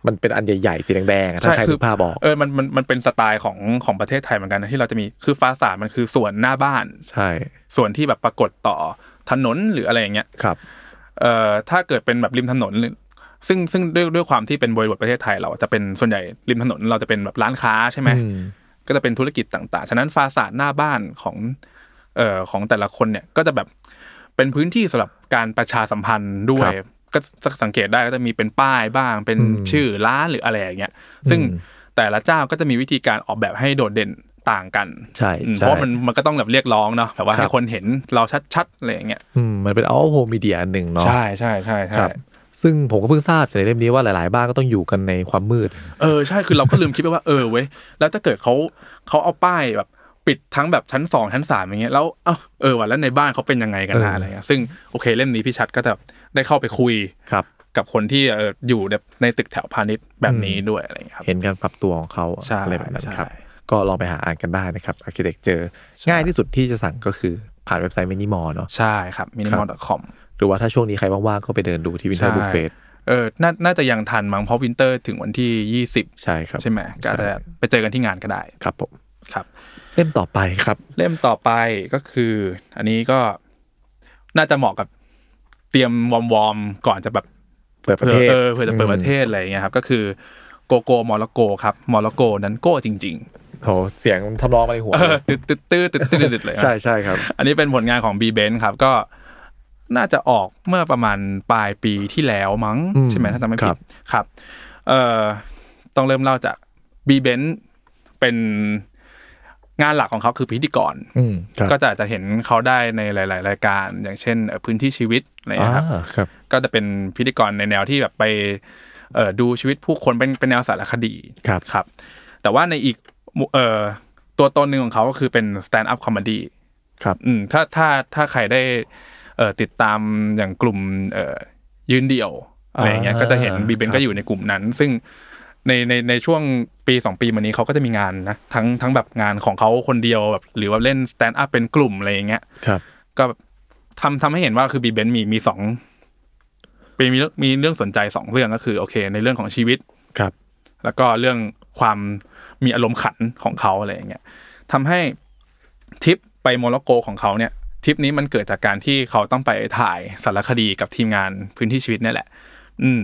S3: มันเป็นอันใหญ่ๆสีแดงๆอะถ้าใคร
S4: คื
S3: นึกภาพบอก
S4: เออมันมันมันเป็นสไตล์ของของประเทศไทยเหมือนกันนะที่เราจะมีคือฟาสาดมันคือส่วนหน้าบ้าน
S3: ใช่
S4: ส่วนที่แบบปรากฏต่อถนนหรืออะไรอย่างเงี้ย
S3: ครับ
S4: เอ่อถ้าเกิดเป็นแบบริมถนนหรือซึ่งซึ่งด้วยด้วยความที่เป็นบริบทประเทศไทย เราจะเป็นส่วนใหญ่ริมถนนเราจะเป็นแบบร้านค้าใช่ไหม
S3: อืม
S4: ก็จะเป็นธุรกิจต่างๆ ฉะนั้นฟาสาดหน้าบ้านของเอ่อของแต่ละคนเนี่ยก็จะแบบเป็นพื้นที่สำหรับการประชาสัมพันธ์ด้วย ก็สังเกตได้ก็จะมีเป็นป้ายบ้าง เป็นชื่อร้านหรืออะไรอย่างเงี้ยซึ่งแต่ละเจ้าก็จะมีวิธีการออกแบบให้โดดเด่นต่างกัน
S3: ใช่
S4: อืม
S3: ใช่
S4: เพราะมันมันก็ต้องแบบเรียกร้องเนาะแบบว่า
S3: ค
S4: ให้
S3: รับ
S4: คนเห็นเราชัดๆอะไรอย่างเงี้ย
S3: อืมมันเป็นเอาโฮมีเดียอันหนึ่งเนาะ
S4: ใช่ใช่ใช่
S3: ค
S4: ใช่
S3: รับ ซึ่งผมก็เพิ่งทราบจากในเล่มนี้ว่าหลายๆบ้านก็ต้องอยู่กันในความมืด
S4: เออใช่คือเราก็ลืมคิดไปว่าเออเว้ยแล้วถ้าเกิดเขาเขาเอาป้ายแบบปิดทั้งแบบชั้นสองชั้นสามอย่างเงี้ยแล้วเอ้าเออว่ะแล้วในบ้านเขาเป็นยังไงกัน
S3: เออ
S4: นะ
S3: อ
S4: อะไรเงี้ยซึ่งโอเคเล่มนี้พี่ชัดก็จะได้เข้าไปคุย
S3: ครับ
S4: กับคนที่เอออยู่แบบในตึกแถวพาณิชย์แบบนี้ด้วยอะไรเงี้ยครับ
S3: เห็นการปรับตัวของเขา
S4: ใช่
S3: อะไรแบบนั้นครับ
S4: ใช่
S3: ก็ลองไปหาอ่านกันได้นะครับ architecture ง่ายที่สุดที่จะสั่งก็คือผ่านเว็บไซต์ minimall เนาะ
S4: ใช่ครับ minimal.com
S3: หรือว่าถ้าช่วงนี้ใครว่างๆ ก็ไปเดินดูที่วินเทอร์บุฟเฟ่
S4: เออน่าน่าจะยังทันมั้งเพราะวินเตอร์ถึงวันที่ 20
S3: ใช่ครับ
S4: ใช่ไหมก็อาจจะไปเจอกันที่งานก็ได้
S3: ครับผม
S4: ครับ
S3: เล่มต่อไปครับ
S4: เล่มต่อไปก็คือ อันนี้ก็น่าจะเหมาะกับเตรียมวอร์มวอร์มๆก่อนจะแบบ
S3: เปิดประเทศ
S4: เออเพื่อจะเปิดประเทศอะไรอย่างเงี้ยครับก็คือโกโกมอลโกครับมอลโกนั้นโก้จริง
S3: โหเสียงทำนองมาในหัว
S4: ๆเออตึ๊ดตึ๊ดตึ๊ดตึ๊ดตึ๊ดตึ๊ดเลยอะ
S3: ใช่ใช่ครับ
S4: อันนี้เป็นผลงานของ B b e n ครับก็น่าจะออกเมื่อประมาณปลายปีที่แล้วมั้ง
S3: อืม
S4: ใช่ไหมถ้าจำไม่
S3: ค
S4: ผิ
S3: รั
S4: ด
S3: บ
S4: ครับเอ่อต้องเริ่มเล่าจาก B b e n เป็นงานหลักของเขาคือพิธีกร
S3: อืมครับ
S4: ก็จะจะเห็นเขาได้ในหลาย ๆ รายการ อย่างเช่นเอ่อพื้นที่ชีวิตอะไรอย่างเงี้ยครับ
S3: อ่าครับ
S4: ก็จะเป็นพิธีกรในแนวที่แบบไปเอ่อดูชีวิตผู้คนเป็นเป็นแนวสารคดี
S3: ครับ
S4: แต่ว่าในอีกมุเอ่อตัวตนหนึ่งของเขาก็คือเป็น stand up comedy
S3: ครับ
S4: อืมถ้าถ้าถ้าใครได้เอ่อติดตามอย่างกลุ่มเอ่อยืนเดี่ยวอะไรอย่างเงี้ย
S3: อ่า
S4: ก็จะเห็นบี
S3: ค
S4: เบ
S3: รั
S4: น
S3: บ
S4: ก็อยู่ในกลุ่มนั้น ซึ่งในในในช่วงปีสองปีมานี้เขาก็จะมีงานนะทั้งทั้งแบบงานของเขาคนเดียวแบบหรือว่าเล่น stand up เป็นกลุ่มอะไรอย่างเงี้ย
S3: ครับ
S4: ก็ทำทำให้เห็นว่าคือบีเบนมีมีสองเป็นมีเรื่องมีเรื่องสนใจสองเรื่องก็คือโอเค ในเรื่องของชีวิต
S3: ครับ
S4: แล้วก็เรื่องความมีอารมณ์ขันของเขาอะไรอย่างเงี้ยทำให้ทริปไปโมร็อกโกของเขาเนี่ยทริปนี้มันเกิดจากการที่เขาต้องไปถ่ายสารคดีกับทีมงานพื้นที่ชีวิตเนี่ยแหละ อืม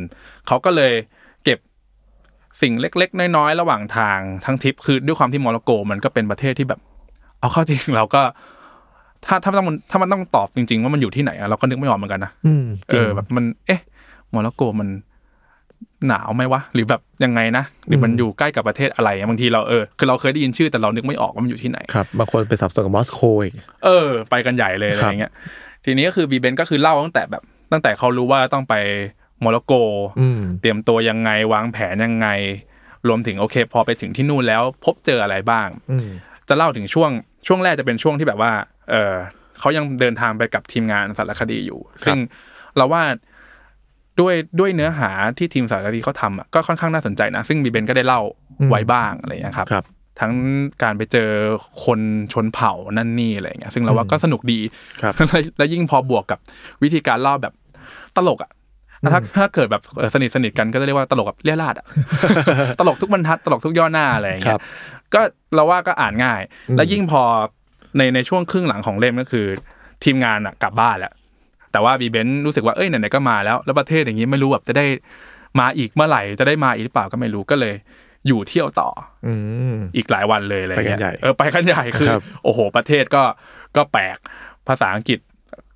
S4: เขาก็เลยเก็บสิ่งเล็ก ๆ น้อยๆ ระหว่างทางทั้งทริปคือด้วยความที่โมร็อกโก มันก็เป็นประเทศที่แบบ เอาเข้าจริงเราก็ ถ้าถ้าต้องถ้ามันต้องตอบจริง ๆ ว่ามันอยู่ที่ไหนอะเราก็นึกไม่ออกเหมือนกันนะ
S3: อืมจ
S4: เอ
S3: ริง
S4: อแบบมัน เอ๊ะโมร็อกโกมันหนาวไหมวะ หรือแบบยังไงนะหรือมัน
S3: อืม
S4: อยู่ใกล้กับประเทศอะไรอะบางทีเราเออคือเราเคยได้ยินชื่อแต่เรานึกไม่ออกว่ามันอยู่ที่ไหน
S3: ครับบางคนไปสับสนกับมอสโกอีก
S4: เออ ไปกันใหญ่เลยอะไร
S3: ครับ
S4: อย่างเงี้ย ทีนี้ก็คือบีเบนก็คือเล่าตั้งแต่แบบ ตั้งแต่เขารู้ว่าต้องไปโมร็อกโก
S3: อืม
S4: เตรียมตัวยังไงวางแผนยังไง รวมถึงโอเค พอไปถึงที่นู่นแล้วพบเจออะไรบ้าง
S3: อืม
S4: จะเล่าถึงช่วงช่วงแรกจะเป็นช่วงที่แบบว่า เออเขายังเดินทางไปกับทีมงานสารคดีอยู่ ซึ่งเราว่าด้วยด้วยเนื้อหาที่ทีมสารคดีเขาทำอะก็ค่อนข้างน่าสนใจนะ ซึ่งบีเบนก็ได้เล่า
S3: อืม
S4: ไว้บ้างอะไรอย่างเงี้ยครับ
S3: ครับ
S4: ทั้งการไปเจอคนชนเผ่านั่นนี่อะไรอย่างเงี้ยซึ่งเราว่าก็สนุกดี
S3: ครับ
S4: และและยิ่งพอบวกกับวิธีการเล่าแบบตลกอ่ะถ้าถ้าเกิดแบบเอ่อสนิทสนิทกันก็จะเรียกว่าต ลกแบบเลี่ยราดอ่ะ ตลกทุกบรรทัดตลกทุกย่อหน้าอะไรอย่าง
S3: ค
S4: เงี้
S3: รั
S4: ย
S3: บ
S4: ก็เราว่าก็อ่านง่าย
S3: อืม
S4: และยิ่งพอในในช่วงครึ่งหลังของเล่มก็คือ ทีมงานอะกลับบ้านแล้ว แต่ว่าบีเบนรู้สึกว่าเอ้ยไหนๆก็มาแล้ว แล้วประเทศอย่างนี้ไม่รู้แบบจะได้มาอีกเมื่อไหร่จะได้มาอีกหรือเปล่าก็ไม่รู้ก็เลย อยู่เที่ยวต่อ
S3: อืม
S4: อีกหลายวันเลยอะไรเงี้
S3: ไปกัน
S4: ย
S3: ใหญ่
S4: เออไปกันใหญ่คือ
S3: ครับ
S4: โอ้โห ประเทศก็ก็แปลกภาษาอังกฤษ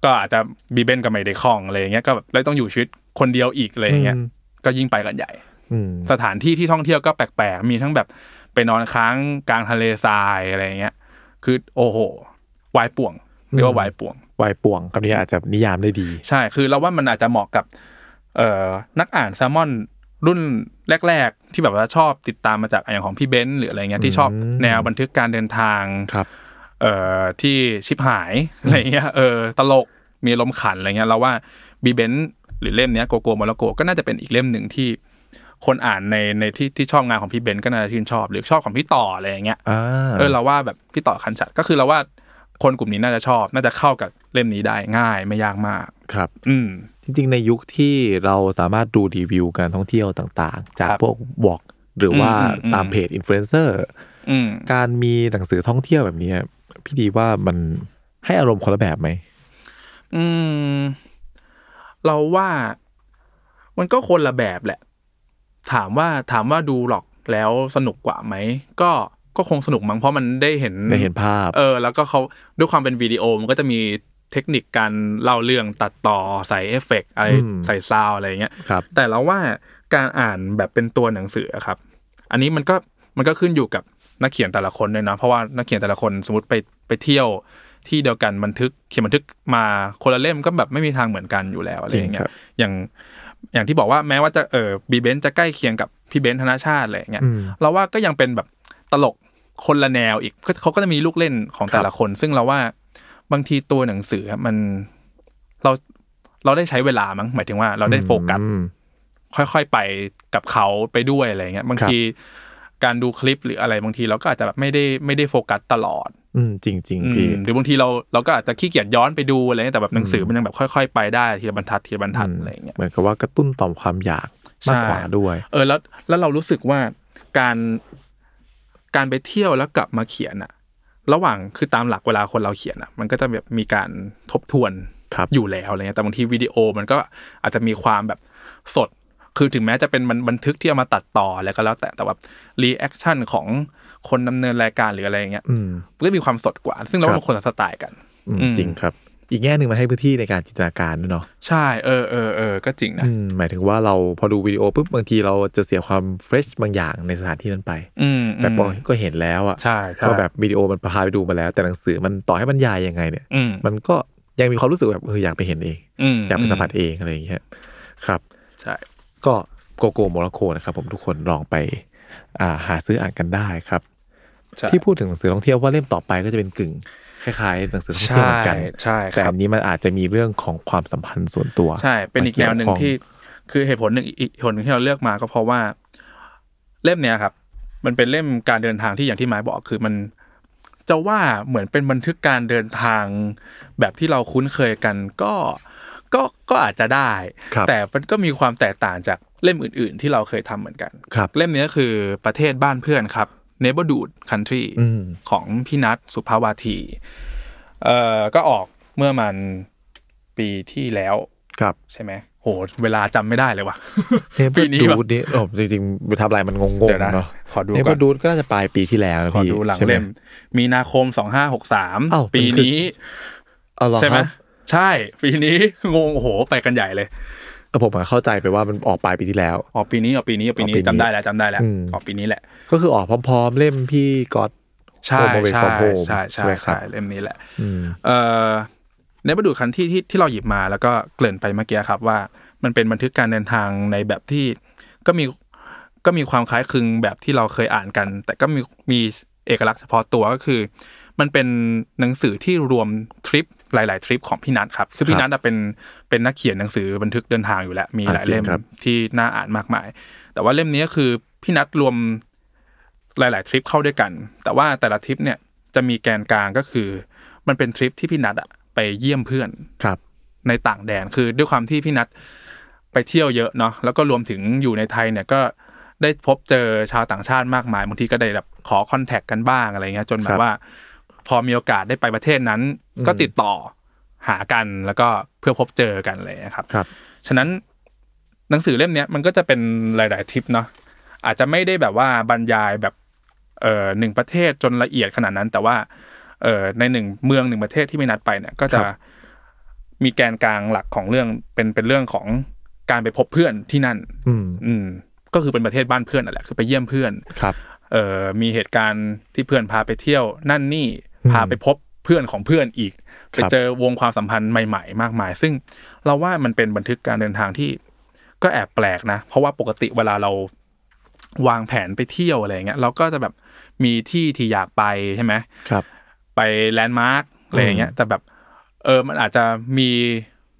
S4: ก็อาจจะบีเบนก็ไม่ได้คล่องอะไรอย่างเงี้ยก็แบบเลยต้องอยู่ชีวิตคนเดียวอีกอะไรอย่างเงี้ยก็ยิ่งไปกันใหญ่
S3: อืม
S4: สถานที่ที่ท่องเที่ยวก็แปลกๆ มีทั้งแบบไปนอนค้างกลางทะเลทรายอะไรอย่างเงี้ย คือโอ้โห วายป่วง เรียกว่าวายป่วง
S3: วัยป่วงคำนี้อาจจะนิยามได้ดี
S4: ใช่ คือเราว่ามันอาจจะเหมาะกับเอ่อนักอ่านแซลมอนรุ่นแรก ๆ ที่แบบว่าชอบติดตามมาจากอย่างของพี่เบนซ์หรืออะไรเงี้ยที่ชอบ
S3: อืม
S4: แนวบันทึกการเดินทาง
S3: ครับ
S4: เอ่อที่ชิบหาย อะไรเงี้ยเออตลกมีลมณ์ขันอะไรเงี้ยเราว่าบีเบนหรือเล่มเนี้ยโกโกมอลโกก็น่าจะเป็นอีกเล่มหนึ่งที่ คนอ่านในในที่ที่ชอบงานของพี่เบนก็น่าจะชื่นชอบ หรือชอบของพี่ต่ออะไรอย่างเงี้ย
S3: อ่า
S4: เออเราว่าแบบพี่ต่อคันฉัดก็คือเราว่าคนกลุ่มนี้น่าจะชอบ น่าจะเข้ากับเล่มนี้ได้ง่ายไม่ยากมาก
S3: ครับ
S4: อืม
S3: จริงๆ ในยุคที่เราสามารถดูรีวิวการท่องเที่ยวต่างๆ จาก
S4: ครับ
S3: พวกบล็อก หรือว่า
S4: อืมอืม
S3: ตามเพจอินฟลูเอนเซอร์
S4: อืม
S3: การมีหนังสือท่องเที่ยวแบบนี้ พี่ดีว่ามันให้อารมณ์คนละแบบไหม
S4: อืม เราว่ามันก็คนละแบบแหละ ถามว่าถามว่าดูหรอกแล้วสนุกกว่าไหม ก็ก็คงสนุกมั้งเพราะมันได้เห็น
S3: ได้เห็นภาพ
S4: เออ แล้วก็เขาด้วยความเป็นวิดีโอมันก็จะมีเทคนิคการเล่าเรื่องตัดต่อใส่เอฟเฟกต์อะไร
S3: อืม
S4: ใส่ซาวด์อะไรอย่างเงี้ย
S3: ครับ
S4: แต่เราว่าการอ่านแบบเป็นตัวหนังสืออะครับ อันนี้มันก็มันก็ขึ้นอยู่กับนักเขียนแต่ละคนด้วยนะเพราะว่านักเขียนแต่ละคนสมมติไปไปเที่ยวที่เดียวกันบันทึกเขียนบันทึกมาคนละเล่มก็แบบไม่มีทางเหมือนกันอยู่แล้วอะไรอย่างเงี้
S3: จริงครับ
S4: ยอย่างอย่างที่บอกว่าแม้ว่าจะเออบีเบนจะใกล้เคียงกับพี่เบนธนชาติอะไรอย่างเงี้ย
S3: อืม
S4: เราว่าก็ยังเป็นแบบตลกคนละแนวอีกก็เขาก็จะมีลูกเล่นของแต่ละคน ซึ่งเราว่าบางทีตัวหนังสืออะมันเราเราได้ใช้เวลามั้งหมายถึงว่าเราได้โฟกัส
S3: อืม
S4: ค่อยๆไปกับเขาไปด้วยอะไรเงี้ยบาง
S3: ครับ
S4: ทีการดูคลิปหรืออะไรบางทีเราก็อาจจะแบบไม่ได้ไม่ได้โฟกัสตลอด
S3: อืมจริง
S4: อื
S3: ๆพี่
S4: มหรือบางทีเราเราก็อาจจะขี้เกียจย้อนไปดูอะไรเงี้ยแต่แบบหนังสือมันยังแบบค่อยๆไปได้ทีละบรรทัดทีละบรรทัดอะไรเงี้ย
S3: เหมือนกับว่ากระตุ้นต่อมความอยากมากกว่า
S4: ใช่
S3: ด้วย
S4: เออแล้วแล้วเรารู้สึกว่าการ การไปเที่ยวแล้วกลับมาเขียนอะระหว่างคือตามหลักเวลาคนเราเขียนอะมันก็จะแบบมีการทบทวน
S3: ครับ
S4: อยู่แล้วอะไรเงี้ยแต่บางทีวิดีโอมันก็อาจจะมีความแบบสด คือถึงแม้จะเป็นบันบันทึกที่เอามาตัดต่ออะไรก็แล้วแต่แต่ว่ารีแอคชั่นของคนดำเนินรายการหรืออะไรอย่างเงี้ย
S3: อืม
S4: มันก็มีความสดกว่า ซึ่งเราว่า
S3: ครับ
S4: มันคนละสไตล์กัน
S3: อืม
S4: อืม
S3: จริงครับ อีกแง่หนึ่งมันให้พื้นที่ในการจินตนาการด้วยเนาะ
S4: ใช่เออเออเออก็จริงนะ
S3: อืมหมายถึงว่าเราพอดูวิดีโอปุ๊บบางทีเราจะเสียความเฟรชบางอย่างในสถานที่นั้นไป
S4: อืมอืม
S3: แบบโอ้ยก็เห็นแล้วอ่ะ
S4: ใช่ใช่
S3: ก็แบบวิดีโอมันพาไปดูมาแล้ว แต่หนังสือมันต่อให้มันยายยังไงเนี่ย
S4: อืม
S3: มันก็ยังมีความรู้สึกแบบเอออยากไปเห็นเอง
S4: อืม
S3: อยากไปสัมผัสเองอะไรอย่างเงี้ยครับ
S4: ใช่
S3: ก็โกโกโมร็อกโกนะครับผมทุกคนลองไปอ่าหาซื้ออ่านกันได้ครับ
S4: ใช่
S3: ที่พูดถึงหนังสือท่องเที่ยวว่าเล่มต่อไปก็จะเป็นกึ่งคล้ายๆหนังสือท่อง
S4: ใช่
S3: เที่ยวเหมือนกัน
S4: ใช่ค
S3: แต่
S4: รับ
S3: อันนี้มันอาจจะมีเรื่องของความสัมพันธ์ส่วนตัว
S4: ใช่ เป็นอีกแนวหนึ่งที่ คือเหตุผลหนึ่งอีกผลหนึ่งที่เราเลือกมาก็เพราะว่า เล่มเนี้ยครับ มันเป็นเล่มการเดินทางที่อย่างที่หมายบอกคือมันจะว่าเหมือนเป็นบันทึกการเดินทาง แบบที่เราคุ้นเคยกันก็ก็ก็อาจจะได้
S3: ครับ
S4: แต่มันก็มีความแตกต่างจากเล่มอื่น ๆ ที่เราเคยทำเหมือนกัน
S3: ครับ
S4: เล่มเนี้ยคือประเทศบ้านเพื่อนครับ neighborhood country
S3: อืม
S4: ของพี่นัทสุภาวาทีเอ่อก็ออกเมื่อมันปีที่แล้ว
S3: ครับ
S4: ใช่ไหมโห เวลาจำไม่ได้เลยว่ะ
S3: เนเป
S4: ปี
S3: อร์
S4: นี้
S3: ดู
S4: แบบ
S3: ดนี่โอ้จริงๆทำลายมันงง
S4: เดี๋ยวนะ
S3: ๆเนาะ
S4: ขอดู
S3: เนเปอ
S4: ก่อน
S3: ร์ดูดก็น่าจะปลายปีที่แล้วนะ
S4: ขอ
S3: พี่
S4: ดูหลัง
S3: ใช่ไ
S4: เล่ม มีนาคมสองห้าหกสาม
S3: อ้าว
S4: ปี
S3: มันคือ
S4: นี้
S3: เอาเหรอ
S4: ใช่ไห
S3: ค
S4: ม
S3: รับ
S4: ใช่ ปีนี้ งง โอ้โห ไปกันใหญ่เลย
S3: เออผมอะเข้าใจไปว่ามันออกปลายปีที่แล้ว
S4: ออกปีนี้ออกปีนี้ออกปี
S3: ออกปี
S4: นี้
S3: นี้
S4: จำได้แล้วจำได้แล้ว
S3: อืม
S4: ออกปีนี้แหละ
S3: ก็คือออกพร้อมๆ เล่มพี่ก๊อต
S4: ใช่
S3: Home Away
S4: ใช่
S3: from Home
S4: ใช่
S3: ใช่ไหม
S4: ใช่
S3: ครับ
S4: ใช่เล่มนี้แหละ
S3: อืม
S4: เอ่อในประดูคันที่ที่ที่เราหยิบมาแล้วก็เกริ่นไปเมื่อกี้ครับว่า มันเป็นบันทึกการเดินทางในแบบที่ก็มีก็มีความคล้ายคลึงแบบที่เราเคยอ่านกัน แต่ก็มีมีเอกลักษณ์เฉพาะตัวก็คือ มันเป็นหนังสือที่รวมทริปหลาย ๆ ทริปของพี่นัทครับ คือพี่นัทอะเป็นเป็นนักเขียนหนังสือบันทึกเดินทางอยู่แล้วมีหลาย
S3: อ่าจริง
S4: เล่ม
S3: ครับ
S4: ที่น่าอ่านมากมาย แต่ว่าเล่มนี้ก็คือพี่นัทรวมหลาย ๆ ทริปเข้าด้วยกัน แต่ว่าแต่ละทริปเนี่ยจะมีแกนกลางก็คือ มันเป็นทริปที่พี่นัทอะไปเยี่ยมเพื่อน
S3: ครับ
S4: ในต่างแดนคือด้วยความที่พี่นัทไปเที่ยวเยอะเนาะแล้วก็รวมถึงอยู่ในไทยเนี่ยก็ได้พบเจอชาวต่างชาติมากมายบางทีก็ได้แบบขอคอนแทคกันบ้างอะไรเงี้ยจนแบ
S3: ครับ บ
S4: ว่า พอมีโอกาสได้ไปประเทศนั้น ก็ติดต่อหากันแล้วก็เพื่อพบเจอกันอะไรเลยครับ
S3: ครับ
S4: ฉะนั้นหนังสือเล่มเนี้ยมันก็จะเป็นหลาย ๆทริปเนาะอาจจะไม่ได้แบบว่าบรรยายแบบเอ่อหนึ่งประเทศจนละเอียดขนาดนั้น แต่ว่าเอ่อในหนึ่งเมืองหนึ่งประเทศที่ไม่นัดไปเนี่ยก็
S3: ค
S4: จะ
S3: รับ
S4: มีแกนกลางหลักของเรื่องเป็นเป็นเรื่องของการไปพบเพื่อนที่นั่น
S3: อืม
S4: อืมก็คือเป็นประเทศบ้านเพื่อนนั่นแหละคือไปเยี่ยมเพื่อน
S3: ครับ
S4: เอ่อมีเหตุการณ์ที่เพื่อนพาไปเที่ยวนั่นนี่พาไปพบเพื่อนของเพื่อนอีก
S3: ค
S4: ไป
S3: รับ
S4: เจอวงความสัมพันธ์ใหม่ ๆ มากมาย ซึ่งเราว่ามันเป็นบันทึกการเดินทางที่ก็แอบแปลกนะ เพราะว่าปกติเวลาเราวางแผนไปเที่ยวอะไรอย่างเงี้ยเราก็จะแบบมีที่ที่อยากไปใช่ไหม
S3: ครับ
S4: ไปแลนด์มาร์กอะไรอย่างเงี้ยแต่แบบเออมันอาจจะมี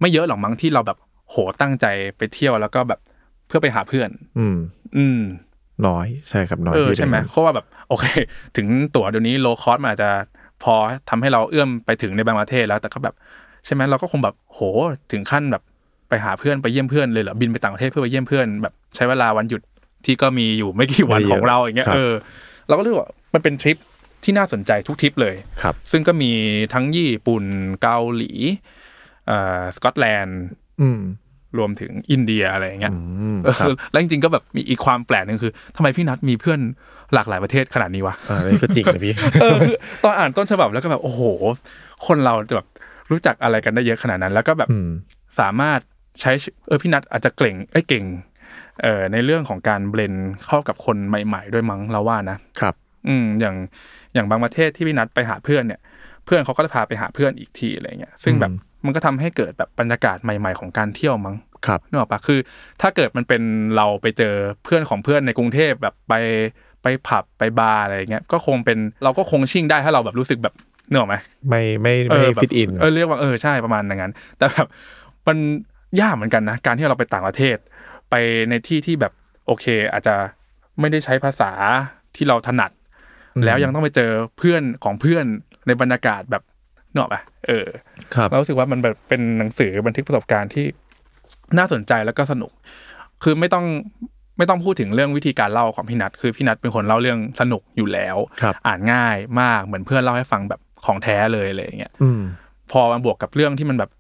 S4: ไม่เยอะหรอกมั้งที่เราแบบโหตั้งใจไปเที่ยวแล้วก็แบบเพื่อไปหาเพื่อน
S3: อืม
S4: อืม
S3: น้อยใช่ครับน้อย
S4: เออ
S3: ที่จะ
S4: ใช่ไหมเพราะว่าแบบโอเค ถึงตั๋วเดี๋ยวนี้โลคอสมันอาจจะพอทำให้เราเอื้อมไปถึงในบางประเทศแล้วแต่ก็แบบใช่ไหมเราก็คงแบบโหถึงขั้นแบบไปหาเพื่อนไปเยี่ยมเพื่อนเลยเหรอบินไปต่างประเทศเพื่อไปเยี่ยมเพื่อนแบบใช้เวลาวันหยุดที่ก็มีอยู่ไม่กี่วันของเราอย่างเงี้ยเออเราก็รู้สึกว่ามันเป็นทริปที่น่าสนใจทุกทริปเลย
S3: ครับ
S4: ซึ่งก็มีทั้งญี่ปุ่นเกาหลีเอ่อสกอตแลนด์
S3: อืม
S4: รวมถึงอินเดียอะไรอย่างเงี้ย
S3: อืม
S4: เออ
S3: ครับ
S4: แล้วจริงๆก็แบบมีอีกความแปลกหนึ่งคือทำไมพี่นัทมีเพื่อนหลากหลายประเทศขนาดนี้วะ
S3: อ่านี่ก็จริงนะพี่
S4: เออคือตอนอ่านต้นฉบับแล้วก็แบบ โอ้โห คนเราจะแบบรู้จักอะไรกันได้เยอะขนาดนั้น แล้วก็แบบ
S3: อืม
S4: สามารถใช้ชีเออพี่นัทอาจจะเก่งเอ้ยเก่งเอ่อในเรื่องของการเบลนเข้ากับคนใหม่ ๆ ด้วยมั้งเราว่านะ
S3: ครับ
S4: อืมอย่างอย่างบางประเทศที่พี่นัดไปหาเพื่อนเนี่ย เพื่อนเขาก็จะพาไปหาเพื่อนอีกทีอะไรเงี้ยซึ่งแบบมันก็ทำให้เกิดแบบบรรยากาศใหม่ ๆของการเที่ยวมั้ง
S3: ครับ
S4: นึกออกปะคือถ้าเกิดมันเป็นเราไปเจอเพื่อนของเพื่อนในกรุงเทพแบบไปไปผับไปบาร์อะไรอย่างเงี้ยก็คงเป็นเราก็คงชิ่งได้ถ้าเราแบบรู้สึกแบบนึกออกไหม
S3: ไม่ไม่
S4: เอ
S3: ไม่
S4: อแบบ
S3: ฟิตอิน
S4: เออเรียกว่าเออใช่ประมาณอย่างนั้น แต่แบบมันยากเหมือนกันนะ การที่เราไปต่างประเทศ ไปในที่ที่แบบโอเค อาจจะไม่ได้ใช้ภาษาที่เราถนัด
S3: อืม
S4: แล้วยังต้องไปเจอเพื่อนของเพื่อนในบรรยากาศแบบนึกออกปะเออ
S3: ครับ
S4: เรารู้สึกว่ามันแบบเป็นหนังสือบันทึกประสบการณ์ที่น่าสนใจแล้วก็สนุก คือไม่ต้อง ไม่ต้องพูดถึงเรื่องวิธีการเล่าของพี่นัทคือพี่นัทเป็นคนเล่าเรื่องสนุกอยู่แล้ว
S3: ครับ
S4: อ่านง่ายมากเหมือนเพื่อนเล่าให้ฟังแบบของแท้เลยอะไรอย่างเงี้ย
S3: อืม
S4: พอมันบวกกับเรื่องที่มันแบบ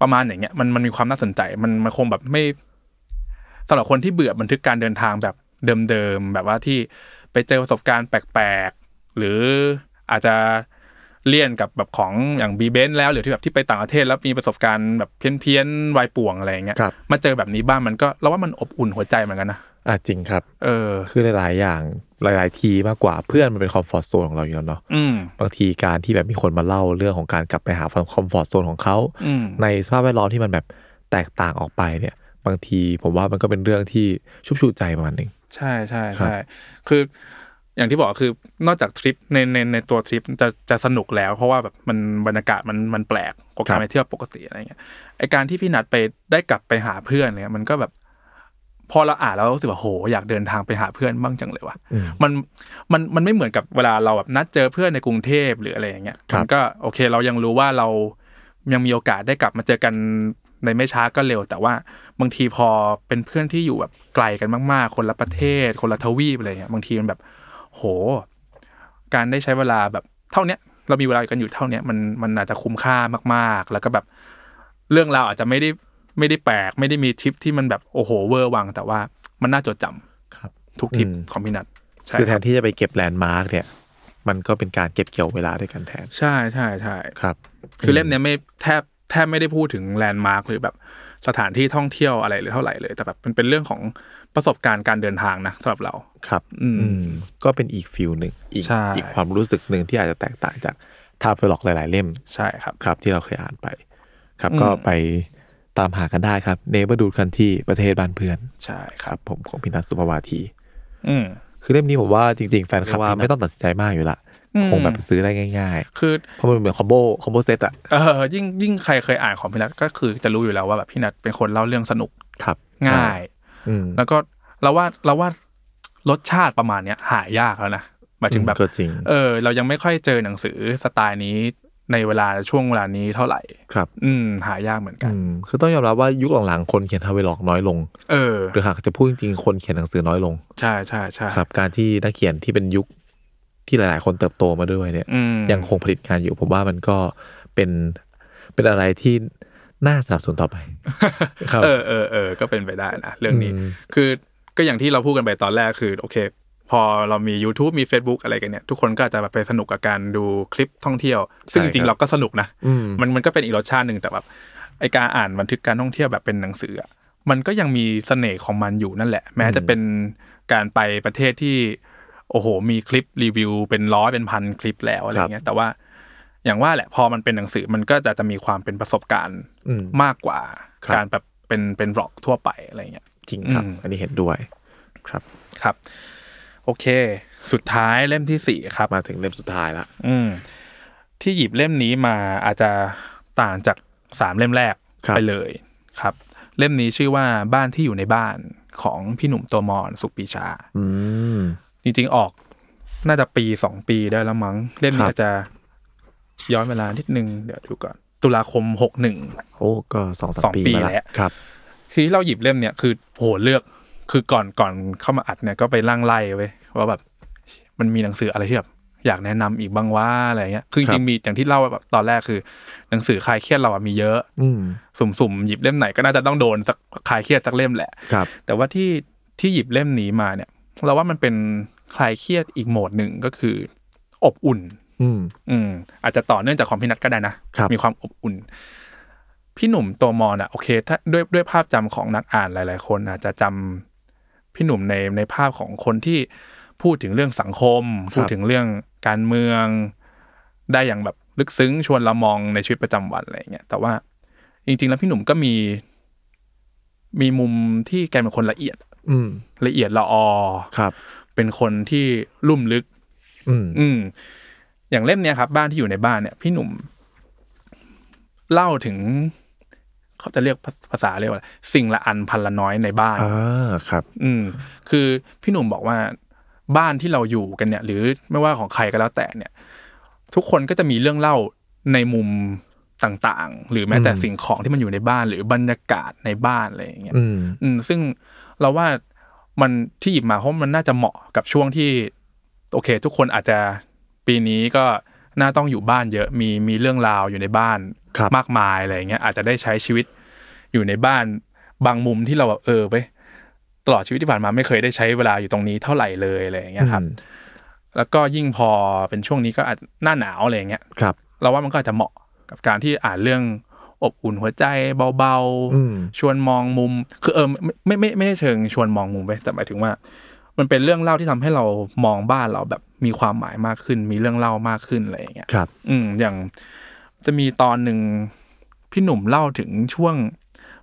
S4: ประมาณอย่างเงี้ยมันมันมีความน่าสนใจมันมันคงแบบไม่สำหรับคนที่เบื่อบันทึกการเดินทางแบบเดิมๆแบบว่าที่ไปเจอประสบการณ์แปลกๆหรืออาจจะเลี่ยนกับแบบของอย่างบีเบนแล้วหรือที่แบบที่ไปต่างประเทศแล้วมีประสบการณ์แบบเพี้ยนๆวายป่วงอะไรอย่างเงี้ย
S3: ครับ
S4: มาเจอแบบนี้บ้างมันก็เราว่ามันอบอุ่นหัวใจเหมือนกันนะ
S3: อ่ะจริงครับ
S4: เออ
S3: คือหลายๆอย่างหลาย ๆ ทีมากกว่าเพื่อนมันเป็นคอมฟอร์ z โซนของเราอยู่แล้วเนาะ
S4: อืม
S3: บางทีการที่แบบมีคนมาเล่าเรื่องของการกลับไปหาคอมฟอร์ z โซนของเขา
S4: อืม
S3: ในสภาพแวดล้อมที่มันแบบแตกต่างออกไปเนี่ย บางทีผมว่ามันก็เป็นเรื่องที่ชุบชูใจประมาณหนึ่ง
S4: ใช่ใช่
S3: ครับ
S4: ใช่คืออย่างที่บอกคือนอกจากทริปในในในตัวทริปจะจะสนุกแล้ว เพราะว่าแบบมันบรรยากาศมันมันแปลกกว่า
S3: ครั
S4: การ
S3: บ
S4: ไปเที่ยวปกติอะไรเงี้ยไอการที่พี่นัดไปได้กลับไปหาเพื่อนเนี่ยมันก็แบบ พอเราอ่านแล้วรู้สึกว่าโหอยากเดินทางไปหาเพื่อนบ้างจังเลยว่ะมันมันมันไม่เหมือนกับเวลาเราแบบนัดเจอเพื่อนในกรุงเทพหรืออะไรอย่างเงี้ย
S3: ครับ
S4: มัก็โอเค เรายังรู้ว่าเรายังมีโอกาสได้กลับมาเจอกันในไม่ช้าก็เร็ว แต่ว่าบางทีพอเป็นเพื่อนที่อยู่แบบไกลกันมากๆ คนละประเทศ คนละทวีปอะไรเงี้ยบางทีมันแบบ โห การได้ใช้เวลาแบบเท่าเนี้ยเรามีเวลากันอยู่เท่าเนี้ยมันมันอาจจะคุ้มค่ามากๆ แล้วก็แบบเรื่องราวอาจจะไม่ได้ไม่ได้แปลก ไม่ได้มีทริปที่มันแบบโอ้โหเวอร์วัง แต่ว่ามันน่าจดจำ
S3: ครับ
S4: ทุกทริป
S3: อืม
S4: ของพี่นัทใช่
S3: คือแท
S4: รับ
S3: นที่จะไปเก็บแลนด์มาร์กเนี่ย มันก็เป็นการเก็บเกี่ยวเวลาด้วยกันแทน
S4: ใช่ใช่ใช่
S3: ครับ
S4: คือเล่มเนี้ยไม่แทบแทบไม่ได้พูดถึงแลนด์มาร์คหรือแบบสถานที่ท่องเที่ยวอะไรหรือเท่าไหร่เลย แต่แบบมันเป็นเรื่องของประสบการณ์การเดินทางนะสำหรับเรา
S3: ครับ
S4: อืม
S3: อืม ก็เป็นอีกฟิลหนึ่งอีก
S4: ใช่
S3: อีกความรู้สึกหนึ่งที่อาจจะแตกต่างจากทาเฟล็อกหลาย ๆ เล่ม
S4: ใช่ครับ
S3: ครับที่เราเคยอ่านไป ครับ
S4: อืม
S3: ก็ไปตามหากันได้ครับเนเบอร์ดูดคันที่ประเทศบ้านเพื่อน
S4: ใช่ค
S3: ครับ รับ ผมของพี่นัทสุภาวาที
S4: อืม
S3: คือเล่มนี้ผมว่าจริง ๆ แฟนคลับพี่นัทไม่ต้องตัดสินใจมากอยู่ละ
S4: อืม
S3: คงแบบซื้อได้ง่าย
S4: คือ
S3: ๆ เพราะมันเหมือนคอมโบคอมโบเซตอะ
S4: เออยิ่งยิ่งใครเคยอ่านของพี่นัทก็คือจะรู้อยู่แล้วว่าแบบพี่นัทเป็นคนเล่าเรื่องสนุก
S3: ครับ
S4: ง่าย
S3: อืม
S4: แล้วก็เราว่าเราว่ารสชาติประมาณเนี้ยหายากแล้วนะหมายถึงแบบ
S3: ก็จริง
S4: เออ เรายังไม่ค่อยเจอหนังสือสไตล์นี้ในเวลาช่วงเวลานี้เท่าไหร่
S3: ครับ
S4: อืม หายากเหมือนกั
S3: อื
S4: น
S3: มคือต้องยอมรับว่ายุคหลังๆคนเขียนทาเวล็อกน้อยลง
S4: เออ
S3: หรือหากจะพูดจริงๆคนเขียนหนังสือน้อยลง
S4: ใช่ใช่ใช่
S3: ครับ การที่นักเขียนที่เป็นยุคที่หลายๆ คนเติบโตมาด้วยเนี่ย
S4: อืม
S3: ยังคงผลิตงานอยู่ผมว่ามันก็เป็นเป็นอะไรที่น่าสนับสนุนต่อไป ครับ
S4: เออเออเออก็เป็นไปได้นะเรื่องนี้
S3: อืม
S4: คือก็อย่างที่เราพูดกันไปตอนแรกคือโอเค พอเรามี YouTube มี Facebook อะไรกันเนี่ย ทุกคนก็อาจจะแบบไปสนุกกับการดูคลิปท่องเที่ยว ซึ่งจริงๆเราก็สนุกนะ
S3: อืม
S4: มันมันก็เป็นอีกรสชาติหนึ่งแต่แบบไอการอ่านบันทึกการท่องเที่ยวแบบเป็นหนังสืออะมันก็ยังมีเสน่ห์ของมันอยู่นั่นแหละ แม้จะเป็นการไปประเทศที่ โอ้โห มีคลิปรีวิว เป็นร้อยเป็นพันคลิปแล้วอะไรเงี้ย แต่ว่าอย่างว่าแหละพอมันเป็นหนังสือมันก็จะจะมีความเป็นประสบการณ์
S3: อืม
S4: มากกว่า
S3: ครับ
S4: การแบบเป็นเป็นบล็อกทั่วไปอะไรเงี้ย
S3: จริงครับ
S4: อืม
S3: อันนี้เห็นด้วยครับ
S4: ครับ โอเค สุดท้ายเล่มที่สี่ครับ
S3: มาถึงเล่มสุดท้ายละ
S4: อืมที่หยิบเล่มนี้มาอาจจะต่างจากสามเล่มแรกไปเลยครับ เล่มนี้ชื่อว่าบ้านที่อยู่ในบ้านของพี่หนุ่มตัวมอนสุขปีชา
S3: อืม
S4: จริงๆออกน่าจะปีสองปีได้แล้วมั้ง เล่ม
S3: ค
S4: นี้
S3: รับ
S4: อาจจะย้อนเวลานิดนึง เดี๋ยวดูก่อน ตุลาคมหกหนึ่ง
S3: โอ้ก็สองสา
S4: ส
S3: ม
S4: อง
S3: ปี
S4: ปี
S3: มา
S4: แล้
S3: แล้ว วครับ
S4: ที่เราหยิบเล่มเนี่ยคือโหเลือกคือก่อนก่อนเข้ามาอัดเนี่ยก็ไปล่างไล่ไว้ยว่าแบบมันมีหนังสืออะไรที่แบบอยากแนะนำอีกบ้างว่าอะไรเงี้ยคือจ
S3: ครั
S4: ริง
S3: บ
S4: ๆมีอย่างที่เล่าแบบตอนแรกคือ หนังสือคลายเครียดเราอะมีเยอะ
S3: อืม
S4: สุ่มๆหยิบเล่มไหนก็น่าจะต้องโดนสักคลายเครียดสักเล่มแหละ
S3: ครับ
S4: แต่ว่าที่ที่หยิบเล่มนี้มาเนี่ย เราว่ามันเป็นคลายเครียดอีกโหมดหนึ่งก็คือ อบอุ่น
S3: อืม
S4: อืมอาจจะต่อเนื่องจากของพี่นัทก็ได้นะ
S3: ครับ
S4: มีความอบอุ่น พี่หนุ่มตัวมอนอ่ะโอเคถ้าด้วยด้วยภาพจำของนักอ่านหลาย ๆ คนอาจจะจำพี่หนุ่มในในภาพของคนที่พูดถึงเรื่องสังคม
S3: ครับ
S4: พูดถึงเรื่องการเมือง ได้อย่างแบบลึกซึ้งชวนเรามองในชีวิตประจำวันอะไรอย่างเงี้ยแต่ว่าจริง ๆ แล้วพี่หนุ่มก็มี มีมุมที่แกเป็นคนละเอียด
S3: อืม
S4: ละเอียดละออ
S3: ครับ
S4: เป็นคนที่ลุ่มลึก
S3: อืม
S4: อืมอย่างเล่มเนี้ยครับ บ้านที่อยู่ในบ้านเนี่ย พี่หนุ่ม เล่าถึง เขาจะเรียกภาภาษาเรียกว่าอะไรสิ่งละอันพันละน้อยในบ้าน
S3: อ่าครับ
S4: อืม คือพี่หนุ่มบอกว่าบ้านที่เราอยู่กันเนี่ย หรือไม่ว่าของใครก็แล้วแต่เนี่ย ทุกคนก็จะมีเรื่องเล่าในมุมต่างๆ หรือแม้แต่
S3: อืม
S4: สิ่งของที่มันอยู่ในบ้าน หรือบรรยากาศในบ้านอะไรอย่างเงี้ย
S3: อืม
S4: อืมซึ่งเราว่า มันที่หยิบมาเพราะมันน่าจะเหมาะกับช่วงที่ โอเค ทุกคนอาจจะปีนี้ก็น่าต้องอยู่บ้านเยอะมีมีเรื่องราวอยู่ในบ้าน
S3: ครับ
S4: มากมายอะไรอย่างเงี้ยอาจจะได้ใช้ชีวิตอยู่ในบ้านบางมุมที่เราแบบเออไปตลอดชีวิตที่ผ่านมาไม่เคยได้ใช้เวลาอยู่ตรงนี้เท่าไหร่เลยอะไรอย่างเงี้ยครับ
S3: อืม
S4: แล้วก็ยิ่งพอเป็นช่วงนี้ก็อาจหน้าหนาวอะไรอย่างเงี้ย
S3: ครับ
S4: เราว่ามันก็อาจจะเหมาะกับการที่อ่านเรื่องอบอุ่นหัวใจเบา
S3: อืม
S4: ชวนมองมุม คือเออไม่ไม่ไม่ไม่ได้เชิงชวนมองมุมไปแต่หมายถึงว่า มันเป็นเรื่องเล่าที่ทำให้เรามองบ้านเราแบบมีความหมายมากขึ้น มีเรื่องเล่ามากขึ้นอะไรอย่างเงี้ย
S3: ครับ
S4: อืมอย่างจะมีตอนหนึ่งพี่หนุ่มเล่าถึงช่วง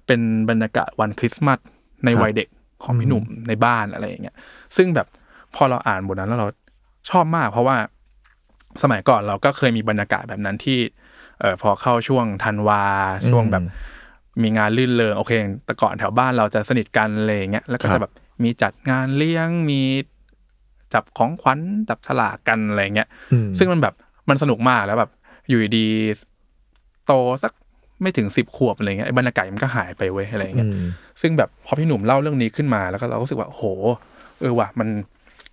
S4: เป็นบรรยากาศวันคริสต์มาสใน
S3: ครับ
S4: วัยเด็กของพี่หนุ่มในบ้านอะไรอย่างเงี้ยซึ่งแบบพอเราอ่านบทนั้นแล้วเราชอบมาก เพราะว่าสมัยก่อนเราก็เคยมีบรรยากาศแบบนั้นที่เออพอเข้าช่วงธันวาช่วงแบบ มีงานลื่นเลงโอเค แต่ก่อนแถวบ้านเราจะสนิทกันอะไรอย่างเงี้ยแล้วก็
S3: ครั
S4: จะ
S3: บ
S4: แบบมีจัดงานเลี้ยงมีจับของขวัญจับฉลากกันอะไรอย่างเงี้ย
S3: อืม
S4: ซึ่งมันแบบมันสนุกมากแล้วแบบ อยู่ดีๆโตสักไม่ถึงสิบขวบอะไรเงี้ยไอ้บรรยากาศมันก็หายไปเว้ยอะไร
S3: อื
S4: เงี้ย
S3: ม
S4: ซึ่งแบบพอพี่หนุ่มเล่าเรื่องนี้ขึ้นมาแล้วก็เราก็รู้สึกว่าโห เออว่ะมัน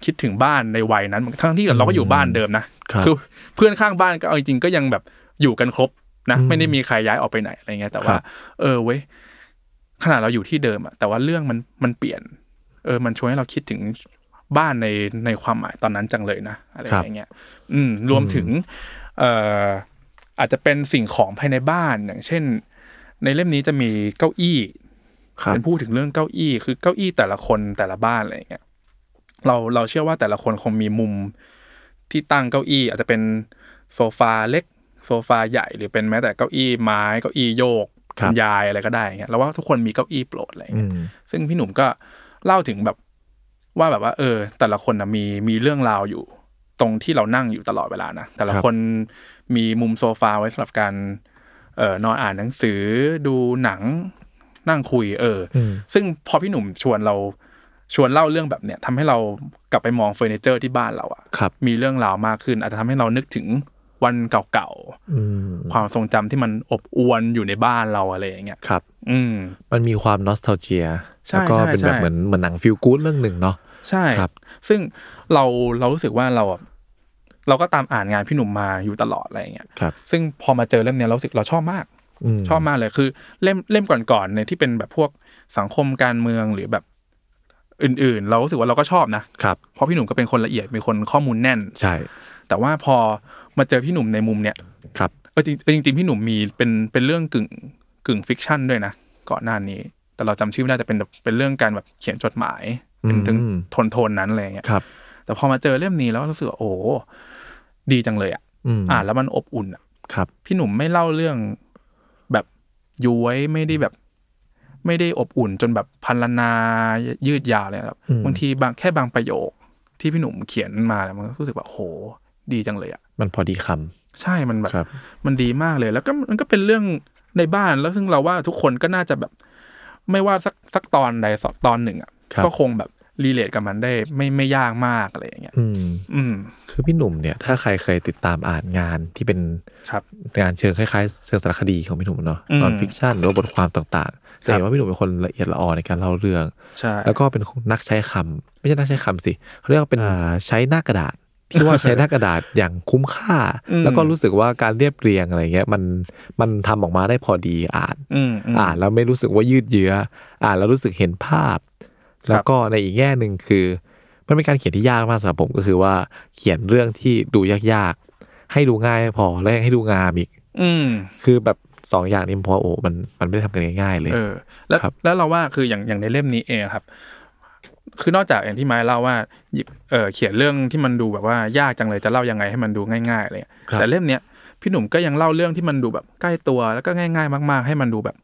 S4: คิดถึงบ้านในวัยนั้นทั้งที่เราก็อยู่บ้านเดิมนะครับ อเพื่อนข้างบ้านก็เอาจริงๆก็ยังแบบอยู่กันครบนะ
S3: อืม
S4: ไม่ได้มีใครย้ายออกไปไหนอะไรเงี้ยแต่
S3: ค
S4: ว่า
S3: รับ
S4: เออเว้ยขนาดเราอยู่ที่เดิมอะแต่ว่าเรื่องมันมันเปลี่ยน เออ มันชวนให้เราคิดถึงบ้านในในความหมายตอนนั้นจังเลยนะอะไรอย่างเงี้ย อืม รวมถึง เอ่ออาจจะเป็นสิ่งของภายในบ้านอย่างเช่น ในเล่มนี้จะมีเก้าอี้
S3: ครับ
S4: เป็นพูดถึงเรื่องเก้าอี้ คือเก้าอี้แต่ละคนแต่ละบ้านอะไรอย่างเงี้ย เราเราเชื่อว่าแต่ละคนคงมีมุมที่ตั้งเก้าอี้ อาจจะเป็นโซฟาเล็ก โซฟาใหญ่หรือเป็นแม้แต่เก้าอี้ไม้เก้าอี้โยก
S3: ครับ
S4: ณยายอะไรก็ได้อย่างเงี้ยเราว่าทุกคนมีเก้าอี้โปรดอะไรอย่าง
S3: อื
S4: เงี้ย
S3: ม
S4: ซึ่งพี่หนุ่มก็เล่าถึงแบบว่าแบบว่า เออ แต่ละคนนะมีมีเรื่องราวอยู่ ตรงที่เรานั่งอยู่ตลอดเวลานะแต่ละ
S3: ครับ
S4: คนมีมุมโซฟาไว้สำหรับการเออนอนอ่านหนังสือดูหนังนั่งคุย เอออ
S3: อืม
S4: ซึ่งพอพี่หนุ่มชวนเราชวนเล่าเรื่องแบบเนี้ยทำให้เรากลับไปมองเฟอร์นิเจอร์ที่บ้านเราอะ
S3: ครับ
S4: มีเรื่องราวมากขึ้น อาจจะทำให้เรานึกถึงวันเก่า
S3: อืม
S4: ๆความทรงจำที่มันอบอวลอยู่ในบ้านเราอะไรอย่างเงี้ย
S3: ครับ
S4: อืม
S3: มันมีความนอสเทลเจีย
S4: ใช่
S3: แล้วก็เป็น
S4: ใช่
S3: แบบ
S4: ใช่
S3: เหมือนเหมือนหนังฟิลกู๊ดเรื่องหนึ่งเนาะ
S4: ใช่
S3: ครับ
S4: ซึ่งเราเรารู้สึกว่าเราอะเราก็ตามอ่านงานพี่หนุ่มมาอยู่ตลอดอะไรอย่างเงี้ย
S3: ครับ
S4: ซึ่งพอมาเจอเล่มเนี้ยเรารู้สึกเราชอบมาก
S3: ม
S4: ชอบมากเลยคือเล่มเล่มก่อนๆในที่เป็นแบบพวกสังคมการเมืองหรือแบบอื่น ๆ เรารู้สึกว่าเราก็ชอบนะครับ เพราะพี่หนุ่มก็เป็นคนละเอียดมีคนข้อมูลแน่น
S3: ใช่
S4: แต่ว่าพอมาเจอพี่หนุ่มในมุมเนี้ย
S3: ครับ
S4: เออจริงเออจริงๆพี่หนุ่มมีเป็นเป็นเรื่องกึ่งกึ่งฟิกชันด้วยนะก่อนหน้านี้ แต่เราจำชื่อไม่ได้แต่เป็นแบบเป็นเรื่องการแบบเขียนจดหมายเป็นถึง
S3: อืม
S4: โทนโทนๆนั้นอะไรอย่างเงี้ย
S3: ครับ
S4: แต่พอมาเจอเล่มนี้แล้วรู้สึกว่าโอ้โหดีจังเลยอ่ะ
S3: อืม
S4: อ่านแล้วมันอบอุ่นอ่ะ
S3: ครับ
S4: พี่หนุ่มไม่เล่าเรื่องแบบย้วยไม่ได้แบบ ไม่ได้อบอุ่น จนแบบพันลนายืดยาวเลยครับ
S3: อืม
S4: บางทีบางแค่บางประโยค ที่พี่หนุ่มเขียนมาเนี่ยมันก็รู้สึกแบบโอ้โห ดีจังเลยอ่ะ
S3: มันพอดีคำ
S4: ใช่มันแบบ
S3: ครับ
S4: มันดีมากเลย แล้วก็มันก็เป็นเรื่องในบ้านแล้วซึ่งเราว่าทุกคนก็น่าจะแบบ ไม่ว่าสักสักตอนใดสักตอนหนึ่งอ่ะก็คงแบบรีเลทกับมันได้ไม่ไม่ยากมากอะไรอย่างเงี้ย
S3: อืม
S4: อืม
S3: คือพี่หนุ่มเนี่ย ถ้าใครเคยติดตามอ่านงานที่เป็น
S4: ครับ
S3: งานเชิงคล้ายๆเชิงสารคดีของพี่หนุ่มเนาะ
S4: อืม
S3: นอนฟิกชันหรือว่าบทความต่างๆ
S4: ครั
S3: จะ
S4: บ
S3: เห็นว่าพี่หนุ่มเป็นคนละเอียดละออในการเล่าเรื่อง
S4: ใช่
S3: แล้วก็เป็นนักใช้คำไม่ใช่นักใช้คำสิเขาเรียกว่าเป็นอ่าใช้หน้ากระดาษ ที่ว่าใช้หน้ากระดาษอย่างคุ้มค่า แล้วก็รู้สึกว่าการเรียบเรียงอะไรเงี้ยมันมันทำออกมาได้พอดีอ่าน
S4: อืมอืม
S3: อ่านแล้วไม่รู้สึกว่ายืดเยื้อ อ่านแล้วรู้สึกเห็นภาพ แล้วก็ในอีกแง่หนึ่งคือ มันเป็นการเขียนที่ยากมากสำหรับผมก็คือว่าเขียนเรื่องที่ดูยากๆ ให้ดูง่ายไม่พอและยังให้ดูงามอีก
S4: อืม
S3: คือแบบสองอย่างนี้ผมว่าโอ้มันมันไม่ได้ทำกันง่ายๆเลย
S4: เออ แล้ว
S3: ครับ
S4: แล้วเราว่าคืออย่างอย่างในเล่มนี้เองครับ คือนอกจากอย่างที่ไม้เล่าว่าหยิบเออเขียนเรื่องที่มันดูแบบว่ายากจังเลยจะเล่ายังไงให้มันดูง่ายๆอะไรเลย
S3: ครับ
S4: แต่เล่มเนี้ยพี่หนุ่มก็ยังเล่าเรื่องที่มันดูแบบใกล้ตัวแล้วก็ง่าย ๆ มาก ๆ ให้มันดูแบบ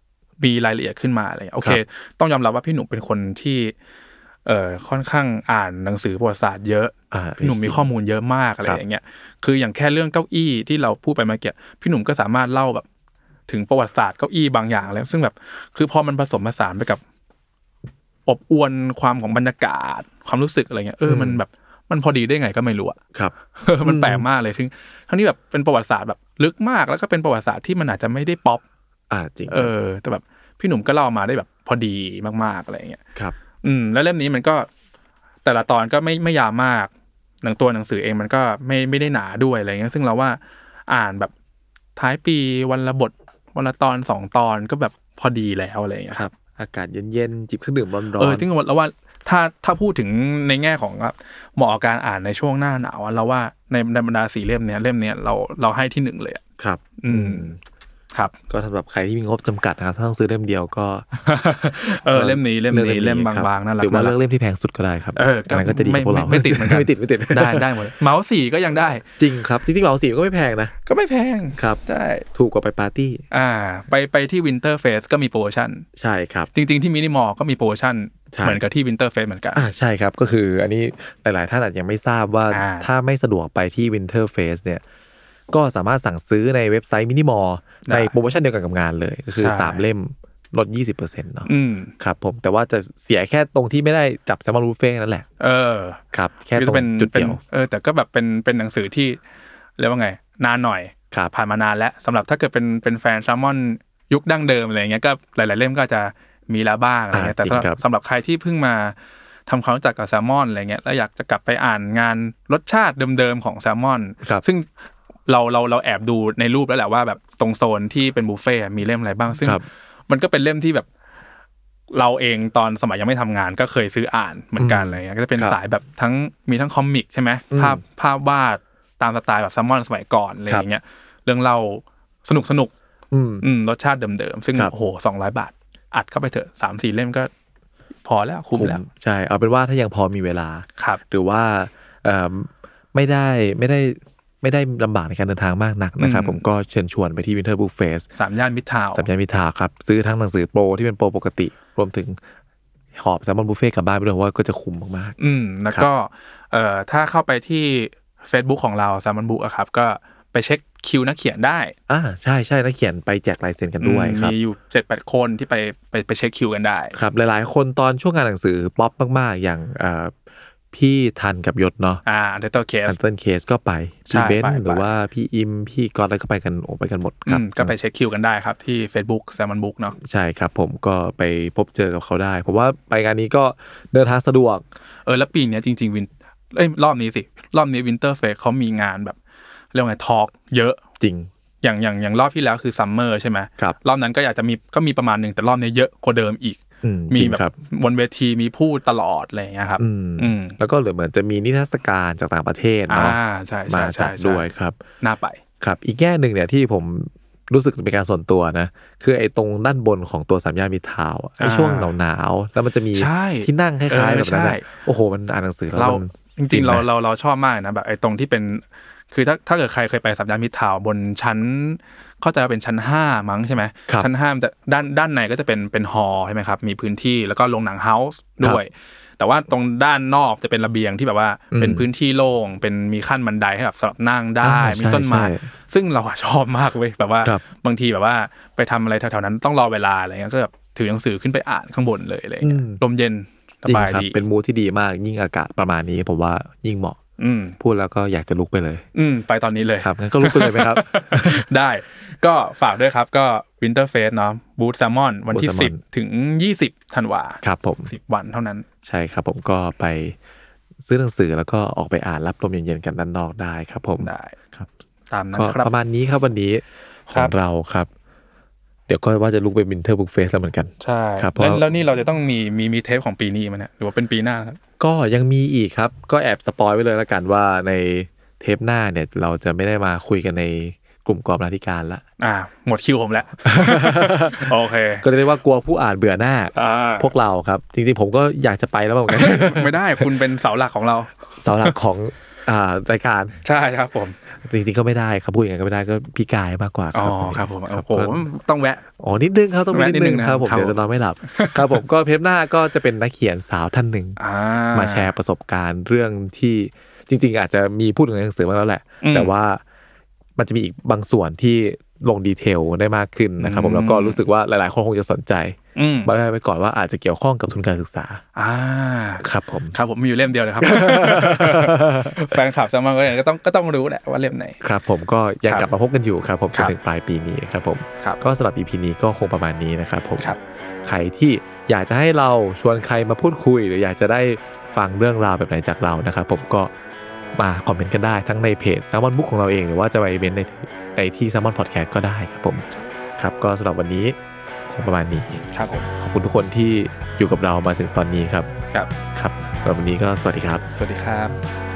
S4: มีรายละเอียดขึ้นมาอะไรเงี้ยโอเค ต้องยอมรับว่าพี่หนุ่มเป็นคนที่ เออค่อนข้างอ่านหนังสือประวัติศาสตร์เยอะ
S3: อ่า
S4: พี่หนุ่มมีข้อมูลเยอะมากอะไร
S3: ครับ
S4: อย่างเงี้ย คืออย่างแค่เรื่องเก้าอี้ที่เราพูดไปเมื่อกี้ พี่หนุ่มก็สามารถเล่าแบบ ถึงประวัติศาสตร์เก้าอี้บางอย่างแล้ว ซึ่งแบบ คือพอมันผสมผสานไปกับ อบอวลความของบรรยากาศ ความรู้สึกอะไรเงี้ย เออ มันแบบ มันพอดีได้ไงก็ไม่รู้อะ
S3: ครับ
S4: เออ มันแปลกมากเลยทั้งทั้งที่แบบเป็นประวัติศาสตร์แบบลึกมาก แล้วก็เป็นประวัติศาสตร์ที่มันอาจจะไม่ได้ป๊อป
S3: อ่าจริง
S4: เออ แต่แบบพี่หนุ่มก็เล่ามาได้แบบ พอดีมากๆอะไรอย่างเงี้ย
S3: ครับ
S4: อืมแล้วเล่มนี้มันก็ แต่ละตอนก็ไม่ไม่ยาวมากหนังตัวหนังสือเองมันก็ไม่ไม่ได้หนาด้วยอะไรเงี้ยซึ่งเราว่าอ่านแบบท้ายปีวันละบทวันละตอนสองตอนก็แบบพอดีแล้วอะไรเงี้ย
S3: ครับ อากาศเย็นๆจิบเครื่องดื่มร้อนๆ
S4: เออจริงๆแล้วว่าถ้าถ้าพูดถึงในแง่ของว่าเหมาะกับการอ่านในช่วงหน้าหนาวอะเราว่าในในบรรดาสี่เล่มเนี้ยเล่มเนี้ยเราเราให้ที่หนึ่งเลยอะ
S3: ครับ
S4: อืม ครับ
S3: ก็สำหรับใครที่มีงบจำกัดนะครับ ถ้าต้องซื้อเล่มเดียวก็
S4: เออเล่มนี้เล่ม
S3: อก
S4: นี้เล่ม
S3: ครับ
S4: างๆน่ารั
S3: ห
S4: ก
S3: รือว่า
S4: น่า
S3: เลือก
S4: รัก
S3: เล่มที่แพงสุดก็ได้ครับ
S4: เออ
S3: อันนั้นก็จะดีกับพวกเรา
S4: ไม่ติดเหมือนกัน
S3: ไม่ติดไม่ติด
S4: ได้ได้หมดเมาส์สี่ก็ยังได้
S3: จริงครับจริงๆเหมาสีก็ไม่แพงนะ
S4: ก็ไม่แพง
S3: ครับ
S4: ใช่
S3: ถูกกว่าไปปาร์ตี้
S4: อ่า ไปไปที่วินเตอร์เฟสก็มีโปรโมชั่น
S3: ใช่ครับ
S4: จริง ๆ ที่มินิมอลก็มีโปรโมชั่น
S3: ใช่
S4: เหมือนกับที่วินเตอร์เฟสเหมือนกัน
S3: อ่าใช่ครับก็คืออันนี้หลาย ๆ ท่านอาจยังไม่ทราบว่า
S4: อ่า
S3: ถ้าไม่สะดวกไปที่ Winter Face เนี่ย ก็สามารถสั่งซื้อในเว็บไซต์มินิมอลในโปรโมชั่นเดียวกันกับงานเลย ก็คือ
S4: ใช่
S3: 3 เล่มลด 20%เนาะ
S4: อืม
S3: ครับผมแต่ว่าจะเสียแค่ตรงที่ไม่ได้จับแซมมอนบูฟเฟ่นั่นแหละ
S4: เออ
S3: ครับ แค่
S4: ก็
S3: ตร
S4: จะ
S3: ง
S4: เป็น
S3: จุด
S4: เป็น
S3: เดียว
S4: เออแต่ก็แบบเป็นเป็นหนังสือที่เรียกว่าไง นานหน่อย
S3: ครับ
S4: ผ่านมานานแล้วสำหรับถ้าเกิดเป็นเป็นแฟนแซลมอนยุคดั้งเดิมอะไรเงี้ยก็หลาย ๆ เล่มก็จะมีแล้วบ้างอะไรเงี้ย
S3: อ่า
S4: แต่สำหรับ
S3: จริงครับ
S4: สำหรับใครที่เพิ่งมาทำความรู้จักกับแซลมอนอะไรเงี้ยแล้วอยากจะกลับไปอ่านงานรสชาติเดิม ๆ ของแซลมอน
S3: ครับ
S4: ซึ่งเราเราเราแอบดูในรูปแล้วแหละว่าแบบตรงโซนที่เป็นบุฟเฟ่ต์มีเล่มอะไรบ้าง ซึ่ง
S3: ครับ
S4: มันก็เป็นเล่มที่แบบเราเองตอนสมัยยังไม่ทำงาน ก็เคยซื้ออ่านเหมือนกันอะไรเงี้ยก็จะเป็น
S3: ครับ
S4: สายแบบทั้งมีทั้งคอมิกใช่ไหมภาพภาพวาดตามสไตล์แบบแซัมมอนสมัยก่อนอะไร
S3: ครั
S4: อบ ย่างเงี้ยเรื่องเล่าสนุกสนุก
S3: อืม
S4: ๆอืมรสชาติเดิมๆซึ่ง
S3: ครับ
S4: โอ้โหสองร้อยบาท อัดเข้าไปเถอะสามสี่เล่มก็ พอแล้วคุ้ม
S3: คุ้ม
S4: แล้ว
S3: ใช่เอาเป็นว่าถ้ายังพอมีเวลา
S4: ครับ
S3: หรือว่าเอิ่มไม่ได้ไม่ได้ไม่ได้ลำบากในการเดินทางมากนักนะครับ
S4: อืม
S3: ผมก็เชิญชวนไปที่ Winter Book Face
S4: สามย่านมิตรทาวน์
S3: สัญญาณมิถาครับ ซื้อทั้งหนังสือโปรที่เป็นโปรปกติ รวมถึงหอบแซลมอนบุฟเฟ่ต์กลับบ้านไปด้วยเพราะว่าก็จะคุ้มมาก
S4: อืมแล้วก็เอ่อถ้าเข้าไปที่ Facebook ของเราแซมมอนบุ๊กอะครับ ก็ไปเช็คคิวนักเขียนได้
S3: ๆ อ่าใช่ใช่นักเขียนไปแจกลายเซ็นกันด้วย
S4: อืม
S3: ครับ
S4: มีอยู่เจ็ดแปดคนที่ไปไปไปเช็คคิวกันได้
S3: ครับ หลายๆ คนตอนช่วงงานหนังสือป๊อปมากๆ อย่างเอ่อพี่ทันกับยศเนาะ
S4: อ่าเดตเตอร์เคส
S3: อันเติลเคสก็ไปพี่
S4: ใช่
S3: เบนซ์
S4: ไปไป
S3: หรือว่าพี่อิมพี่ก๊อตอะไรก็ไปกันโอ้ไปกันหมดครับ
S4: ก็ไปเช็คคิวกันได้ครับ ที่ Facebook s ซ l m o n Book เนาะ
S3: ใช่ครับผมก็ไปพบเจอกับเขาได้ เพราะว่าไปงานนี้ก็เดินทางสะดวก
S4: เออ แล้วปีเนี้ยจริง ๆ วินเอ้ยรอบนี้สิ รอบนี้วินเตอร์เฟสเขามีงานแบบ เรียกว่าไงทอล์กเยอะ
S3: จริง
S4: อย่างอย่างอย่างรอบที่แล้วคือซัมเมอร์ใช่ไหม
S3: ครับ
S4: รอบนั้นก็อยากจะมีก็มีประมาณหนึ่งแต่รอบนี้เยอะกว่าเดิมอีก
S3: อืม
S4: มี
S3: จริง
S4: แบบ
S3: ครับ
S4: บนเวทีมีพูดตลอดอะไรอย่างเงี้ยครับ
S3: อืม
S4: อืม
S3: แล้วก็เหลือเหมือนจะมีนิทรรศการจากต่างประเทศ
S4: อ่า
S3: เนาะ
S4: ใช่
S3: มาจั
S4: ใช่ใช่
S3: ด
S4: ใช่
S3: ด้วยครับ
S4: น่าไป
S3: ครับอีกแง่หนึ่งเนี่ยที่ผมรู้สึกเป็นการส่วนตัวนะ คือไอ้ตรงด้านบนของตัวสามย่านมิตรทาวน์อะไอ้ช่วงหนาวหนาวๆแล้วมันจะมี
S4: ใช่
S3: ที่นั่งคล้ายๆ
S4: เออ
S3: แบบนั้นอะ
S4: ใช่
S3: โอ้โห มันอ่านหนังสือแล้ว
S4: เรา
S3: มัน
S4: จริงๆเรา
S3: ฟินนะ
S4: เราเราชอบมากนะแบบไอ้ตรงที่เป็น คือถ้าถ้าเกิดใครเคยไปสัปดาห์มิตรทาวน์บนชั้น เข้าใจว่าเป็นชั้นห้ามั้งใช่ไหม
S3: ครับ
S4: ชั้นห้ามันจะด้านด้านในก็จะเป็นเป็นฮอลล์ใช่ไหมครับ มีพื้นที่แล้วก็โรงหนังเฮาส์ด้วย แต่ว่าตรงด้านนอกจะเป็นระเบียงที่แบบว่าเป็นพื้นที่โล่งเป็นมีขั้นบันไดให้แบบสำหรับนั่งได้
S3: อ่า
S4: มีต้นไม้
S3: ใช่ใช่
S4: ซึ่งเราอะชอบมากเว้ยแบบว่า
S3: ครับ
S4: บางทีแบบว่าไปทำอะไรแถวๆนั้นต้องรอเวลาอะไรเงี้ยก็แบบถือหนังสือขึ้นไปอ่านข้างบนเลยอะไรเงี้ยลมเย็นส
S3: จริง
S4: บาย
S3: ครับ
S4: ดี
S3: เป็นมูดที่ดีมากยิ่งอากาศประมาณนี้ ผมว่ายิ่งเหมาะ
S4: อืม
S3: พูดแล้วก็อยากจะลุกไปเลย
S4: อืม ไปตอนนี้เลย
S3: ครับงั้นก็ลุกไปเลยไหม ครับ
S4: ได้ก็ฝากด้วยครับก็ Winterface เนาะบูธแซมมอนวันที่
S3: Boot Salmon
S4: 10 ถึง 20ธันวา
S3: ครับผม
S4: สิบวันเท่านั้น
S3: ใช่ครับผมก็ไปซื้อหนังสือแล้วก็ออกไปอ่านรับลมเย็นๆกันด้านนอกได้ครับผม
S4: ได้
S3: ครับ
S4: ตามนั้น
S3: ก็
S4: ครั
S3: ประ
S4: บ
S3: มาณนี้ครับวันนี้ข
S4: ครั
S3: อง
S4: บ
S3: เราครับ เดี๋ยวก็ว่าจะลุกไปบินเทอร์บุกเฟสแล้วเหมือนกัน
S4: ใช่
S3: ครับเพราะ
S4: แล้วแล้วนี่เราจะต้องมีมีมีเทปของปีนี้ไหมันเนี่ยหรือว่าเป็นปีหน้าครับ
S3: ก็ยังมีอีกครับ ก็แอบสปอยไว้เลยละกันว่าในเทปหน้าเนี่ย เราจะไม่ได้มาคุยกันในกลุ่มกรอบราธิการละ
S4: อ่า หมดคิวผม แล้ว โอเค
S3: ก็เรียกได้ว่ากลัวผู้อ่านเบื่อหน้า
S4: อ่า
S3: พวกเราครับ จริงๆผมก็อยากจะไปแล้วเหมือนกัน
S4: ไม่ได้คุณเป็นเสาหลักของเรา
S3: เสาหลักของอ่ารายการ
S4: ใช่ครับผม
S3: จริงๆก็ไม่ได้ครับพูดอย่างนั้นก็ไม่ได้ก็พี่กายมากกว่าค
S4: อ๋อ
S3: รับ
S4: ครับผม
S3: ค
S4: โอ้
S3: รับ
S4: โหต้องแวะ
S3: อ๋อนิดนึงครับต้องมี
S4: แวะ
S3: นิดนึง
S4: นิดนึงนะ
S3: ครับผม
S4: ครับ
S3: เดี๋ยวจะนอนไม่หลับ ครับผม ก็เพปหน้าก็จะเป็นนักเขียนสาวท่านหนึ่ง
S4: อ่า
S3: มาแชร์ประสบการณ์เรื่องที่จริง ๆ อาจจะมีพูดถึงในหนังสือมาแล้วแหละ
S4: อืม
S3: แต่ว่ามันจะมีอีกบางส่วนที่ ลงดีเทลได้มากขึ้นนะครับผ
S4: อื
S3: ม
S4: ม
S3: แล้วก็รู้สึกว่าหลาย ๆ คนคงจะสนใจ
S4: อืม
S3: ไว้ไว้ก่อนว่าอาจจะเกี่ยวข้องกับทุนการศึกษา
S4: อ่า
S3: ครับ ผม
S4: ครับผมมีอยู่เล่มเดีย วเลยครับ แฟนคลับสามัญก็อย่างก็ต้องก็ต้องรู้แหละว่าเล่มไหน
S3: ครับผมก็ยัง
S4: ครับ
S3: กลับมาพบกันอยู่ครับผม
S4: ค
S3: จ
S4: รั
S3: น
S4: บ
S3: ถึงปลายปีนี้ครับผม
S4: ครับ
S3: ก็สำหรับ EP นี้ก็คงประมาณนี้นะครับผม
S4: ครับ
S3: ใครที่อยากจะให้เราชวนใครมาพูดคุย หรืออยากจะได้ฟังเรื่องราวแบบไหนจากเรานะครับผมก็มาคอมเมนต์กันได้ทั้งในเพจ s ซ l m o n Book ของเราเอง หรือว่าจะไปเมนต์ในในที่ s ซ l m o n Podcast ก็ได้ครับผมครับก็สำหรับวันนี้คงประมาณนี้
S4: ครับผม
S3: ขอบคุณทุกคนที่อยู่กับเรามาถึงตอนนี้ครับ
S4: ครับ
S3: ครับสำหรับวันนี้ก็สวัสดีครับ
S4: สวัสดีครับ